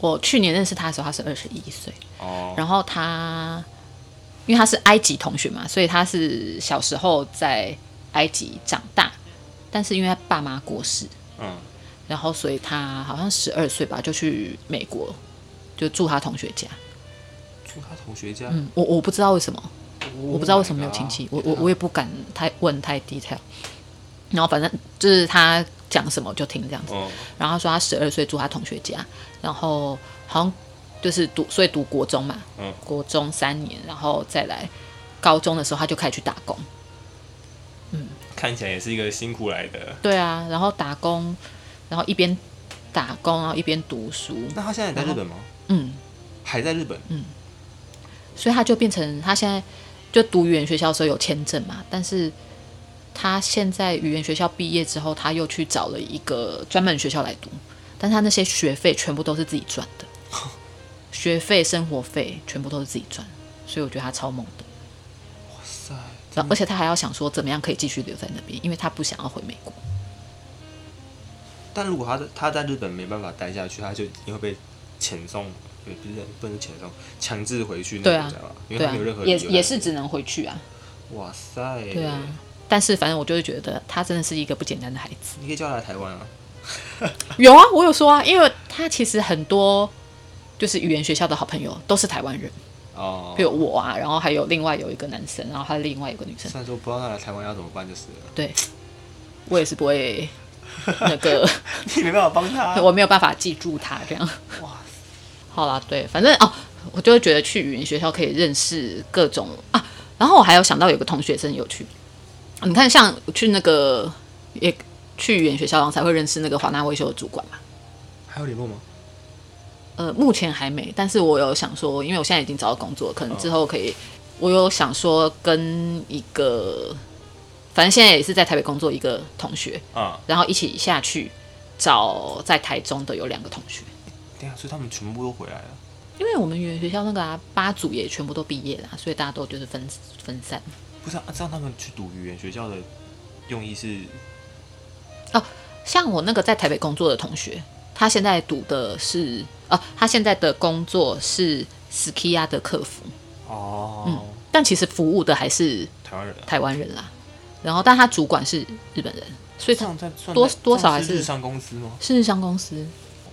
[SPEAKER 1] 我去年认识他的时候，他是二十一岁。
[SPEAKER 2] 哦，
[SPEAKER 1] 然后他，因为他是埃及同学嘛，所以他是小时候在埃及长大，但是因为他爸妈过世，
[SPEAKER 2] 嗯，
[SPEAKER 1] 然后所以他好像十二岁吧就去美国，就住他同学家。
[SPEAKER 2] 住他同学家。
[SPEAKER 1] 嗯，我我不知道为什么，我
[SPEAKER 2] 我
[SPEAKER 1] 不知道为什么没有亲戚，我我我
[SPEAKER 2] 也
[SPEAKER 1] 也不敢太问太 detail。然后反正就是他讲什么就听这样子。
[SPEAKER 2] 哦，
[SPEAKER 1] 然后他说他十二岁住他同学家，然后好像就是读，所以读国中嘛，
[SPEAKER 2] 嗯
[SPEAKER 1] 国中三年，然后再来高中的时候他就开始去打工。
[SPEAKER 2] 看起来也是一个辛苦来的。
[SPEAKER 1] 对啊，然后打工，然后一边打工，然后一边读书，
[SPEAKER 2] 那他现在也在日本吗？
[SPEAKER 1] 嗯，
[SPEAKER 2] 还在日本？
[SPEAKER 1] 所以他就变成他现在就读语言学校的时候有签证嘛，但是他现在语言学校毕业之后，他又去找了一个专门学校来读，但是他那些学费全部都是自己赚
[SPEAKER 2] [LAUGHS]
[SPEAKER 1] 的，学费、生活费全部都是自己赚，所以我觉得他超猛的。
[SPEAKER 2] 哇塞，
[SPEAKER 1] 然后而且他还要想说怎么样可以继续留在那边，因为他不想要回美国。
[SPEAKER 2] 但如果他在他在日本没办法待下去，他就一定会被遣送，也不是不能遣送，强制回去那
[SPEAKER 1] 对
[SPEAKER 2] 个
[SPEAKER 1] 啊
[SPEAKER 2] 国家吧，因为
[SPEAKER 1] 对啊
[SPEAKER 2] 他哎没有任何，理
[SPEAKER 1] 也
[SPEAKER 2] 由
[SPEAKER 1] 也
[SPEAKER 2] 在
[SPEAKER 1] 是只能回去啊。
[SPEAKER 2] 哇塞，
[SPEAKER 1] 对啊，，但是反正我就会觉得他真的是一个不简单的孩子。
[SPEAKER 2] 你可以叫他来台湾啊。
[SPEAKER 1] 有啊，我有说啊，因为他其实很多就是语言学校的好朋友都是台湾人。
[SPEAKER 2] 哦
[SPEAKER 1] 比，如我啊，然后还有另外有一个男生，然后还有另外有个女生
[SPEAKER 2] 虽，然说不知道他来台湾要怎么办
[SPEAKER 1] [LAUGHS]
[SPEAKER 2] 就是了，
[SPEAKER 1] 对我也是不会那
[SPEAKER 2] [LAUGHS]
[SPEAKER 1] 个， [LAUGHS]
[SPEAKER 2] 你没办法帮他啊
[SPEAKER 1] 我没有办法记住他这样。
[SPEAKER 2] 哇
[SPEAKER 1] 好啦，对，反正哦，我就会觉得去语言学校可以认识各种啊。然后我还有想到有个同学真有趣，你看像去那个也去语言学校，然后才会认识那个华纳维修的主管嘛。
[SPEAKER 2] 还有联络吗？
[SPEAKER 1] 呃，目前还没，但是我有想说，因为我现在已经找到工作，可能之后可以，我有想说跟一个，反正现在也是在台北工作一个同学，
[SPEAKER 2] 啊，
[SPEAKER 1] 然后一起下去找在台中的有两个同学，
[SPEAKER 2] 对啊，所以他们全部都回来了。
[SPEAKER 1] 因为我们语言学校那个啊，八组也全部都毕业了啊、所以大家都就是分分散。
[SPEAKER 2] 不是啊，这样他们去读语言学校的用意是
[SPEAKER 1] 像我那个在台北工作的同学，他现在读的是哦、他现在的工作是 Skia 的客服，
[SPEAKER 2] 哦，
[SPEAKER 1] 但其实服务的还是
[SPEAKER 2] 台湾人啊，
[SPEAKER 1] 台湾人啦。然后，但他主管是日本人，所以
[SPEAKER 2] 这
[SPEAKER 1] 他
[SPEAKER 2] 样在算
[SPEAKER 1] 多
[SPEAKER 2] 在
[SPEAKER 1] 多少
[SPEAKER 2] 这样
[SPEAKER 1] 还是
[SPEAKER 2] 日商公司吗？
[SPEAKER 1] 是日商公司，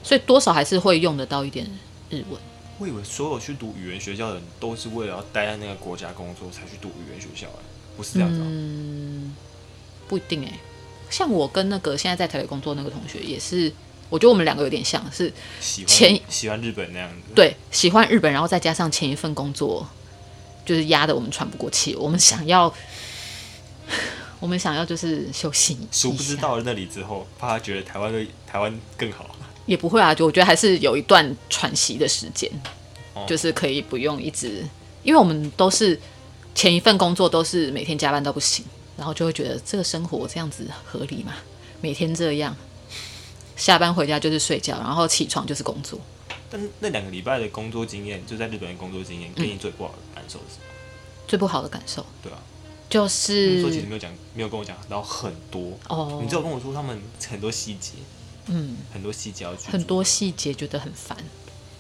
[SPEAKER 1] 所以多少还是会用得到一点日文。
[SPEAKER 2] 我以为所有去读语言学校的人都是为了要待在那个国家工作才去读语言学校、哎，不是这样子、啊。
[SPEAKER 1] 嗯，不一定哎、像我跟那个现在在台北工作那个同学也是，我觉得我们两个有点像是
[SPEAKER 2] 喜
[SPEAKER 1] 前
[SPEAKER 2] 欢喜欢日本那样子，，
[SPEAKER 1] 对，喜欢日本，然后再加上前一份工作，就是压得我们喘不过气。我们想要， [SIGHS] 我们想要就是休息一下，
[SPEAKER 2] 殊不知到了那里之后，怕他觉得台湾的台湾更好。
[SPEAKER 1] 也不会啊，就我觉得还是有一段喘息的时间，
[SPEAKER 2] 哦
[SPEAKER 1] 就是可以不用一直，因为我们都是前一份工作都是每天加班到不行，然后就会觉得这个生活这样子合理吗？每天这样，下班回家就是睡觉，然后起床就是工作。
[SPEAKER 2] 但是那两个礼拜的工作经验，就在日本的工作经
[SPEAKER 1] 嗯
[SPEAKER 2] 验，给你最不好的感受是什么？
[SPEAKER 1] 最不好的感受
[SPEAKER 2] 对啊，
[SPEAKER 1] 就
[SPEAKER 2] 他
[SPEAKER 1] 是
[SPEAKER 2] 们说其实没有讲，没有跟我讲到很多。
[SPEAKER 1] 哦，
[SPEAKER 2] 你只有跟我说他们很多细节，
[SPEAKER 1] 嗯，
[SPEAKER 2] 很多细节要去做
[SPEAKER 1] 很多细节觉得很烦，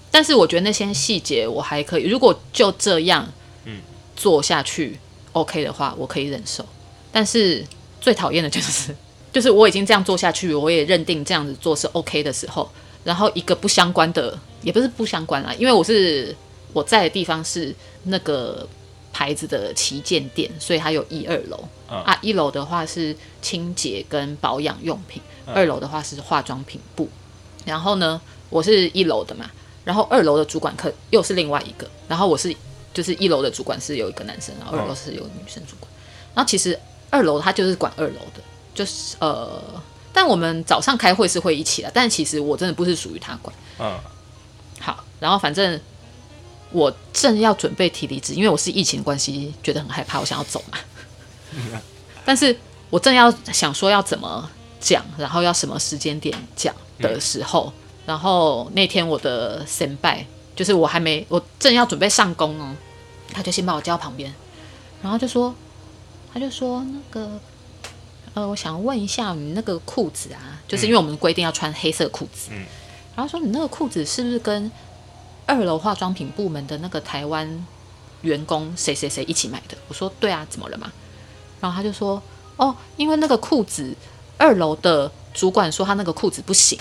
[SPEAKER 1] 但是我觉得那些细节我还可以，如果就这样
[SPEAKER 2] 嗯
[SPEAKER 1] 做下去 OK 的话，我可以忍受。但是最讨厌的就是， [LAUGHS] 就是我已经这样做下去，我也认定这样子做是 OK 的时候，然后一个不相关的，也不是不相关啦，因为我是我在的地方是那个牌子的旗舰店，所以它有一二楼。
[SPEAKER 2] 嗯
[SPEAKER 1] 啊，一楼的话是清洁跟保养用品，二楼的话是化妆品部。然后呢，我是一楼的嘛，然后二楼的主管可又是另外一个，然后我是就是一楼的主管是有一个男生，然后二楼是有女生主管。然后其实二楼他就是管二楼的，就是呃，但我们早上开会是会一起的，但其实我真的不是属于他管。
[SPEAKER 2] 嗯
[SPEAKER 1] 好，然后反正我正要准备提离职，因为我是疫情的关系，觉得很害怕，我想要走嘛。但是我正要想说要怎么讲，然后要什么时间点讲的时候，然后那天我的神拜就是我还没，我正要准备上工哦，他就先把我叫到旁边，然后就说，他就说那个。呃，我想问一下你那个裤子啊，就是因为我们规定要穿黑色裤子，
[SPEAKER 2] 嗯
[SPEAKER 1] 然后说你那个裤子是不是跟二楼化妆品部门的那个台湾员工谁谁谁一起买的？我说对啊，怎么了嘛？然后他就说哦，因为那个裤子二楼的主管说他那个裤子不行，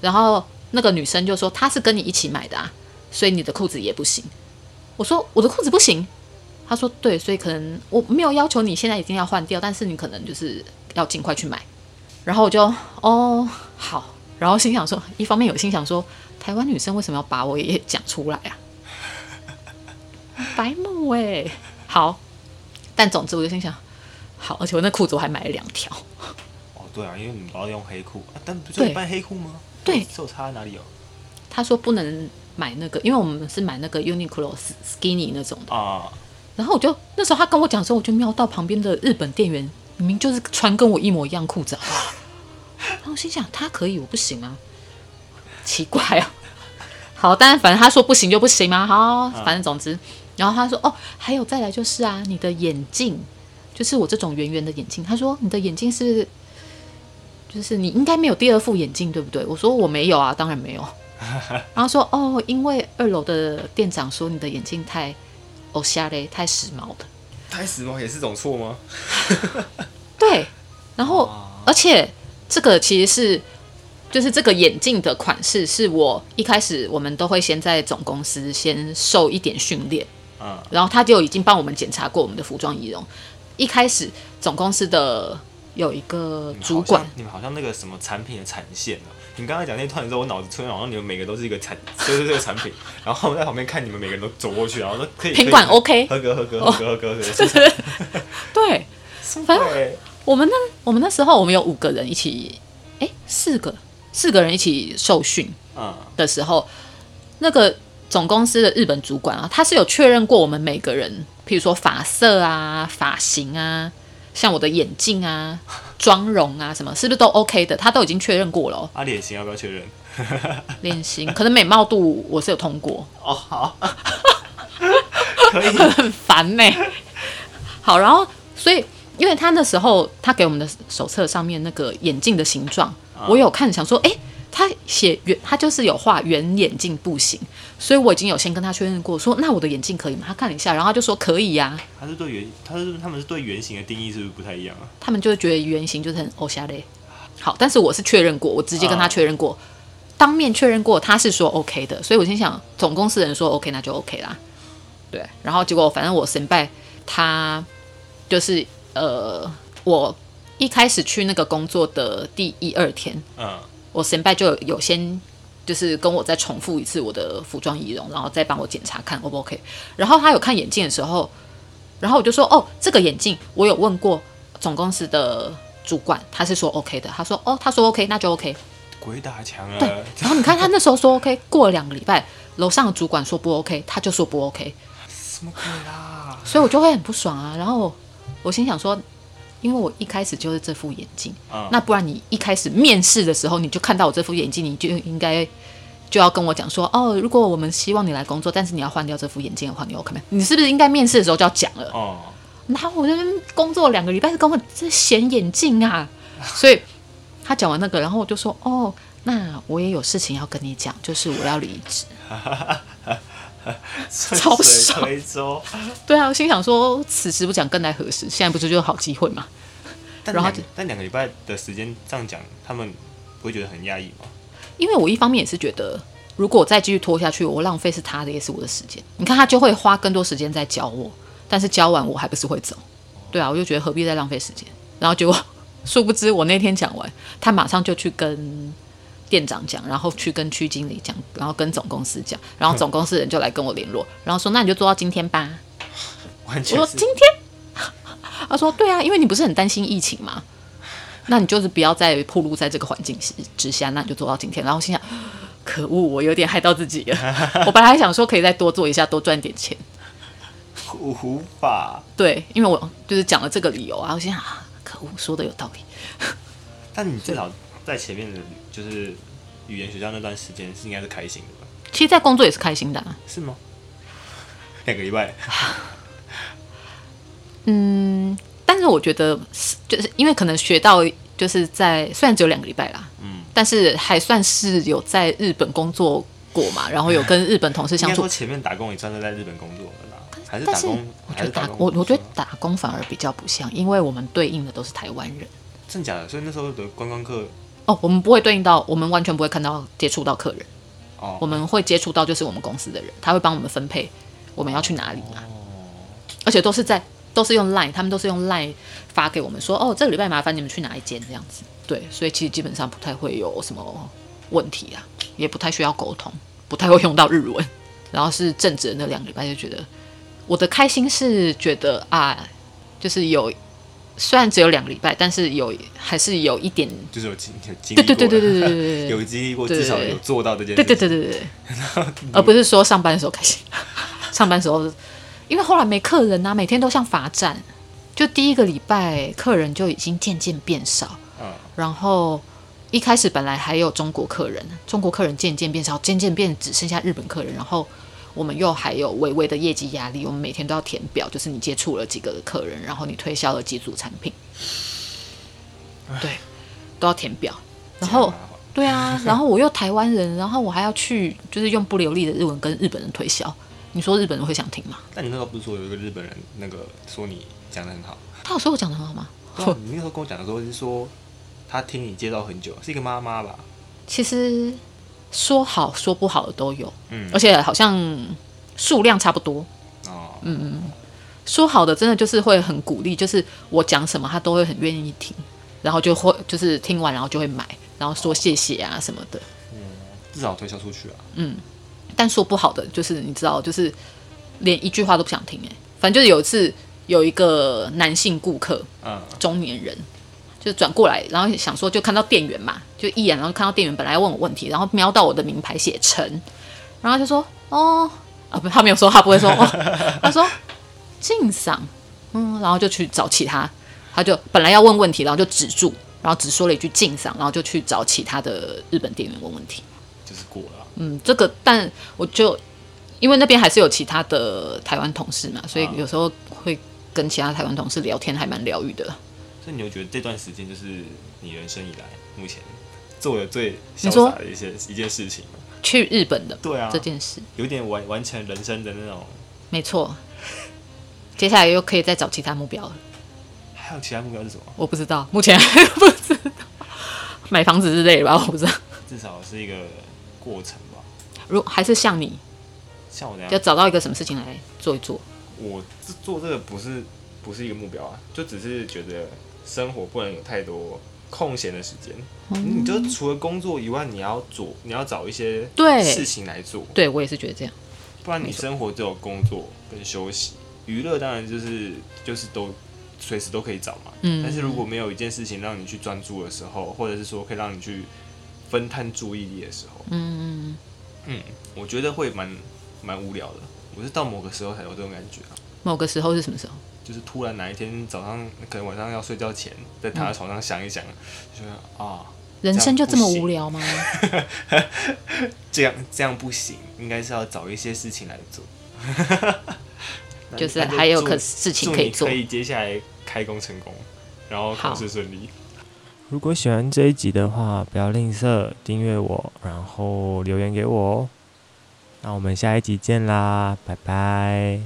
[SPEAKER 1] 然后那个女生就说她是跟你一起买的啊，所以你的裤子也不行。我说我的裤子不行，他说对，所以可能我没有要求你现在一定要换掉，但是你可能就是要尽快去买。然后我就哦好，然后心想说，一方面有心想说，台湾女生为什么要把我也讲出来啊？白目哎、好，但总之我就心想，好，而且我那裤子我还买了两条，
[SPEAKER 2] 哦，对啊，因为你们都要用黑裤、啊，但不就一般黑裤吗？
[SPEAKER 1] 对
[SPEAKER 2] 是有差在哪里哦？
[SPEAKER 1] 他说不能买那个，因为我们是买那个 Uniqlo skinny 那种的。
[SPEAKER 2] 啊，
[SPEAKER 1] 然后我就那时候他跟我讲的时候，我就瞄到旁边的日本店员，明明就是穿跟我一模一样裤子，好不好然后我心想他可以，我不行啊，奇怪啊。好，但反正他说不行就不行嘛，好，反正总之，然后他说哦，还有再来就是啊，你的眼镜，就是我这种圆圆的眼镜，他说你的眼镜是，就是你应该没有第二副眼镜对不对？我说我没有啊，当然没有。然后说哦，因为二楼的店长说你的眼镜太哦瞎嘞，太时髦的。
[SPEAKER 2] 太时髦也是种错吗？
[SPEAKER 1] 对，然后、而且这个其实是就是这个眼镜的款式，是我一开始我们都会先在总公司先受一点训练，
[SPEAKER 2] 嗯
[SPEAKER 1] 然后他就已经帮我们检查过我们的服装仪容。一开始总公司的有一个
[SPEAKER 2] 你们好
[SPEAKER 1] 主管
[SPEAKER 2] 像，你们好像那个什么产品的产线哦、你刚刚讲那段的时候，我脑子突然好像你们每个都是一个产，就是这个产品，然后我在旁边看你们每个人都走过去，然后说可以
[SPEAKER 1] 品管 OK
[SPEAKER 2] 合格合格合格合格合格，
[SPEAKER 1] 对，
[SPEAKER 2] 什么
[SPEAKER 1] 反
[SPEAKER 2] 鬼
[SPEAKER 1] 我们那我们那时候我们有五个人一起，哎，四个四个人一起受训
[SPEAKER 2] 嗯，
[SPEAKER 1] 的时候，那个总公司的日本主管啊，他是有确认过我们每个人，譬如说发色啊、发型啊，像我的眼镜啊、妆容啊什么，是不是都 OK 的？他都已经确认过了、哦。
[SPEAKER 2] 啊，脸型要不要确认？
[SPEAKER 1] 脸型可能美貌度我是有通过，
[SPEAKER 2] 哦，好，可以，
[SPEAKER 1] 很烦呢、 [LAUGHS] 好，然后所以因为他那时候他给我们的手册上面那个眼镜的形状，我有看想说，诶，他写圆，他就是有画圆眼镜不行，所以我已经有先跟他确认过，说那我的眼镜可以吗？他看了一下，然后他就说可以呀、
[SPEAKER 2] 他是对圆，他是他们是对圆形的定义是不是不太一样啊？
[SPEAKER 1] 他们就会觉得圆形就是很偶像嘞。好，但是我是确认过，我直接跟他确认过，当面确认过，他是说 OK 的，所以我心想，总公司人说 OK，那就 OK 啦。对，然后结果反正我神拜他就是呃，我一开始去那个工作的第一二天，
[SPEAKER 2] 嗯，
[SPEAKER 1] 我神拜就有有先就是跟我再重复一次我的服装仪容，然后再帮我检查看 O 不 OK。然后他有看眼镜的时候，然后我就说哦，这个眼镜我有问过总公司的主管，他是说 OK 的。他说哦，他说 OK，那就 OK。
[SPEAKER 2] 鬼打墙啊，
[SPEAKER 1] 然后你看他那时候说 OK，过了两个礼拜，楼上的主管说不 OK，他就说不 OK，
[SPEAKER 2] 什么鬼啊啦？
[SPEAKER 1] 所以我就会很不爽啊。然后我我心想说。因为我一开始就是这副眼镜，
[SPEAKER 2] 嗯
[SPEAKER 1] 那不然你一开始面试的时候你就看到我这副眼镜，你就应该就要跟我讲说，哦，如果我们希望你来工作，但是你要换掉这副眼镜的话，你 OK 吗？你是不是应该面试的时候就要讲了？
[SPEAKER 2] 哦，
[SPEAKER 1] 然后我这边工作两个礼拜，跟我这显眼镜啊，所以他讲完那个，然后我就说，哦，那我也有事情要跟你讲，就是我要离职。
[SPEAKER 2] 顺水
[SPEAKER 1] 爽
[SPEAKER 2] 推舟，
[SPEAKER 1] 对啊，我心想说，此时不讲更待何时？现在不是就是好机会嘛？
[SPEAKER 2] 但
[SPEAKER 1] 然后
[SPEAKER 2] 两
[SPEAKER 1] 就
[SPEAKER 2] 但两个礼拜的时间这样讲，他们不会觉得很压抑吗？
[SPEAKER 1] 因为我一方面也是觉得，如果我再继续拖下去，我浪费是他的，也是我的时间。你看他就会花更多时间在教我，但是教完我还不是会走。对啊，我就觉得何必再浪费时间。然后结果，殊不知我那天讲完，他马上就去跟店长讲，然后去跟区经理讲，然后跟总公司讲，然后总公司人就来跟我联络，然后说那你就做到今天吧。
[SPEAKER 2] 完
[SPEAKER 1] 我说
[SPEAKER 2] 全是
[SPEAKER 1] 今天，他说对啊，因为你不是很担心疫情嘛，那你就是不要再暴露在这个环境之之下，那你就做到今天。然后我心想， [GASPS] 可恶，我有点害到自己
[SPEAKER 2] [LAUGHS]
[SPEAKER 1] 了。我本来还想说可以再多做一下，多赚点钱，
[SPEAKER 2] 无法。
[SPEAKER 1] 对，因为我就是讲了这个理由啊，我心想啊，可恶，说的有道理。
[SPEAKER 2] 但你至少在前面的，就是语言学校那段时间是应该是开心的吧？
[SPEAKER 1] 其实，在工作也是开心的、啊，
[SPEAKER 2] 是吗？两个礼拜，
[SPEAKER 1] 但是我觉得是就是因为可能学到，就是在虽然只有两个礼拜啦，
[SPEAKER 2] 嗯，
[SPEAKER 1] 但是还算是有在日本工作过嘛，然后有跟日本同事
[SPEAKER 2] 哎应
[SPEAKER 1] 相
[SPEAKER 2] 该
[SPEAKER 1] 处
[SPEAKER 2] 说，前面打工也算是在日本工作了啦，还是
[SPEAKER 1] 但
[SPEAKER 2] 打
[SPEAKER 1] 是
[SPEAKER 2] 工？
[SPEAKER 1] 我觉
[SPEAKER 2] 还
[SPEAKER 1] 得
[SPEAKER 2] 是
[SPEAKER 1] 打
[SPEAKER 2] 工
[SPEAKER 1] 我我觉得
[SPEAKER 2] 是吗
[SPEAKER 1] 打工反而比较不像，因为我们对应的都是台湾人
[SPEAKER 2] 真假的，所以那时候的观光客
[SPEAKER 1] 哦，我们不会对应到，我们完全不会看到接触到客人，
[SPEAKER 2] 哦，
[SPEAKER 1] 我们会接触到就是我们公司的人，他会帮我们分配我们要去哪里嘛，而且都是在都是用 Line，他们都是用 Line 发给我们说哦，这个礼拜麻烦你们去哪一间这样子，对，所以其实基本上不太会有什么问题啊，也不太需要沟通，不太会用到日文，然后是正职的那两个礼拜就觉得我的开心是觉得啊，就是有。虽然只有两个礼拜，但是有还是有一点，
[SPEAKER 2] 就是有经有经历
[SPEAKER 1] 对
[SPEAKER 2] 过
[SPEAKER 1] 对对对对
[SPEAKER 2] 的
[SPEAKER 1] 对对对
[SPEAKER 2] [LAUGHS] 有经历过，
[SPEAKER 1] 对
[SPEAKER 2] 至少有做到这件事
[SPEAKER 1] 对对
[SPEAKER 2] 情。
[SPEAKER 1] 对对对对，而不是说上班的时候开心， [LAUGHS] 上班的时候，因为后来没客人啊，每天都像罚站，就第一个礼拜客人就已经渐渐变少，
[SPEAKER 2] 嗯，
[SPEAKER 1] 然后一开始本来还有中国客人，中国客人渐渐变少，渐渐变只剩下日本客人，然后我们又还有微微的业绩压力，我们每天都要填表，就是你接触了几个客人，然后你推销了几组产品，对，都要填表，然后
[SPEAKER 2] 这样。麻
[SPEAKER 1] 对啊，
[SPEAKER 2] 烦
[SPEAKER 1] 然后我又台湾人，然后我还要去就是用不流利的日文跟日本人推销，你说日本人会想听吗？
[SPEAKER 2] 但你那时候不是说有一个日本人，那个说你讲的很
[SPEAKER 1] [LAUGHS]
[SPEAKER 2] 好，
[SPEAKER 1] 他有说我讲的很好吗？嗯
[SPEAKER 2] 对啊你那时候跟我讲的时候是说他听你介绍很久，是一个妈妈吧？
[SPEAKER 1] 其实说好说不好的都有，
[SPEAKER 2] 嗯
[SPEAKER 1] 而且好像数量差不多。
[SPEAKER 2] 哦，
[SPEAKER 1] 嗯说好的真的就是会很鼓励，就是我讲什么他都会很愿意听，然后就会就是听完然后就会买，然后说谢谢啊什么的。
[SPEAKER 2] 至少推销出去啊。
[SPEAKER 1] 但说不好的就是你知道，就是连一句话都不想欸听哎、反正就是有一次有一个男性顾客，
[SPEAKER 2] 嗯
[SPEAKER 1] 中年人，就转过来，然后想说就看到店员嘛，就一眼，然后看到店员本来要问我问题，然后瞄到我的名牌写陈，然后他就说哦啊不，他没有说，他不会说哦， [LAUGHS] 他说敬赏，嗯，然后就去找其他，他就本来要问问题，然后就止住，然后只说了一句敬赏，然后就去找其他的日本店员问问题。
[SPEAKER 2] 就是过了啊、
[SPEAKER 1] 嗯，这个但我就因为那边还是有其他的台湾同事嘛，所以
[SPEAKER 2] 啊
[SPEAKER 1] 有时候会跟其他台湾同事聊天，还蛮疗愈的。
[SPEAKER 2] 所以你有觉得这段时间就是你人生以来目前做的最潇
[SPEAKER 1] 你说
[SPEAKER 2] 洒的一些一件事情吗？
[SPEAKER 1] 去日本的
[SPEAKER 2] 对啊
[SPEAKER 1] 这，件事，
[SPEAKER 2] 有点完完成人生的那种。
[SPEAKER 1] 没错。接下来又可以再找其他目标了，
[SPEAKER 2] 还有其他目标是什么？
[SPEAKER 1] 我不知道，目前 [LAUGHS] 还不知道买房子之类的吧，我不知道。
[SPEAKER 2] 至少是一个过程吧。
[SPEAKER 1] 如还是像你，
[SPEAKER 2] 像我这
[SPEAKER 1] 要
[SPEAKER 2] 样，
[SPEAKER 1] 找到一个什么事情来做一做，
[SPEAKER 2] 我这做这个不是不是一个目标啊，就只是觉得生活不能有太多空闲的时间。你就除了工作以外，你要做，你要找一些
[SPEAKER 1] 对
[SPEAKER 2] 事情来做，
[SPEAKER 1] 对我也是觉得这样。
[SPEAKER 2] 不然你
[SPEAKER 1] 没错
[SPEAKER 2] 生活只有工作跟休息，娱乐当然就是就是都随时都可以找嘛。
[SPEAKER 1] 嗯
[SPEAKER 2] 但是如果没有一件事情让你去专注的时候，或者是说可以让你去分摊注意力的时候，
[SPEAKER 1] 嗯，
[SPEAKER 2] 嗯，我觉得会蛮蛮无聊的。我是到某个时候才有这种感觉啊，
[SPEAKER 1] 某个时候是什么时候？
[SPEAKER 2] 就是突然哪一天早上，可能晚上要睡觉前，在躺在床上想一想，就觉得啊，
[SPEAKER 1] 人生就这么
[SPEAKER 2] 这样不行
[SPEAKER 1] 无聊吗？
[SPEAKER 2] 这样这样不行，应该是要找一些事情来
[SPEAKER 1] [LAUGHS]
[SPEAKER 2] 做。那你
[SPEAKER 1] 就是
[SPEAKER 2] 那就
[SPEAKER 1] 还有
[SPEAKER 2] 祝
[SPEAKER 1] 可事情
[SPEAKER 2] 祝
[SPEAKER 1] 可以
[SPEAKER 2] 你
[SPEAKER 1] 做
[SPEAKER 2] 可以接下来开工成功，然后考
[SPEAKER 1] 好
[SPEAKER 2] 试顺利。如果喜欢这一集的话，不要吝啬订阅我，然后留言给我哦。那我们下一集见啦，拜拜。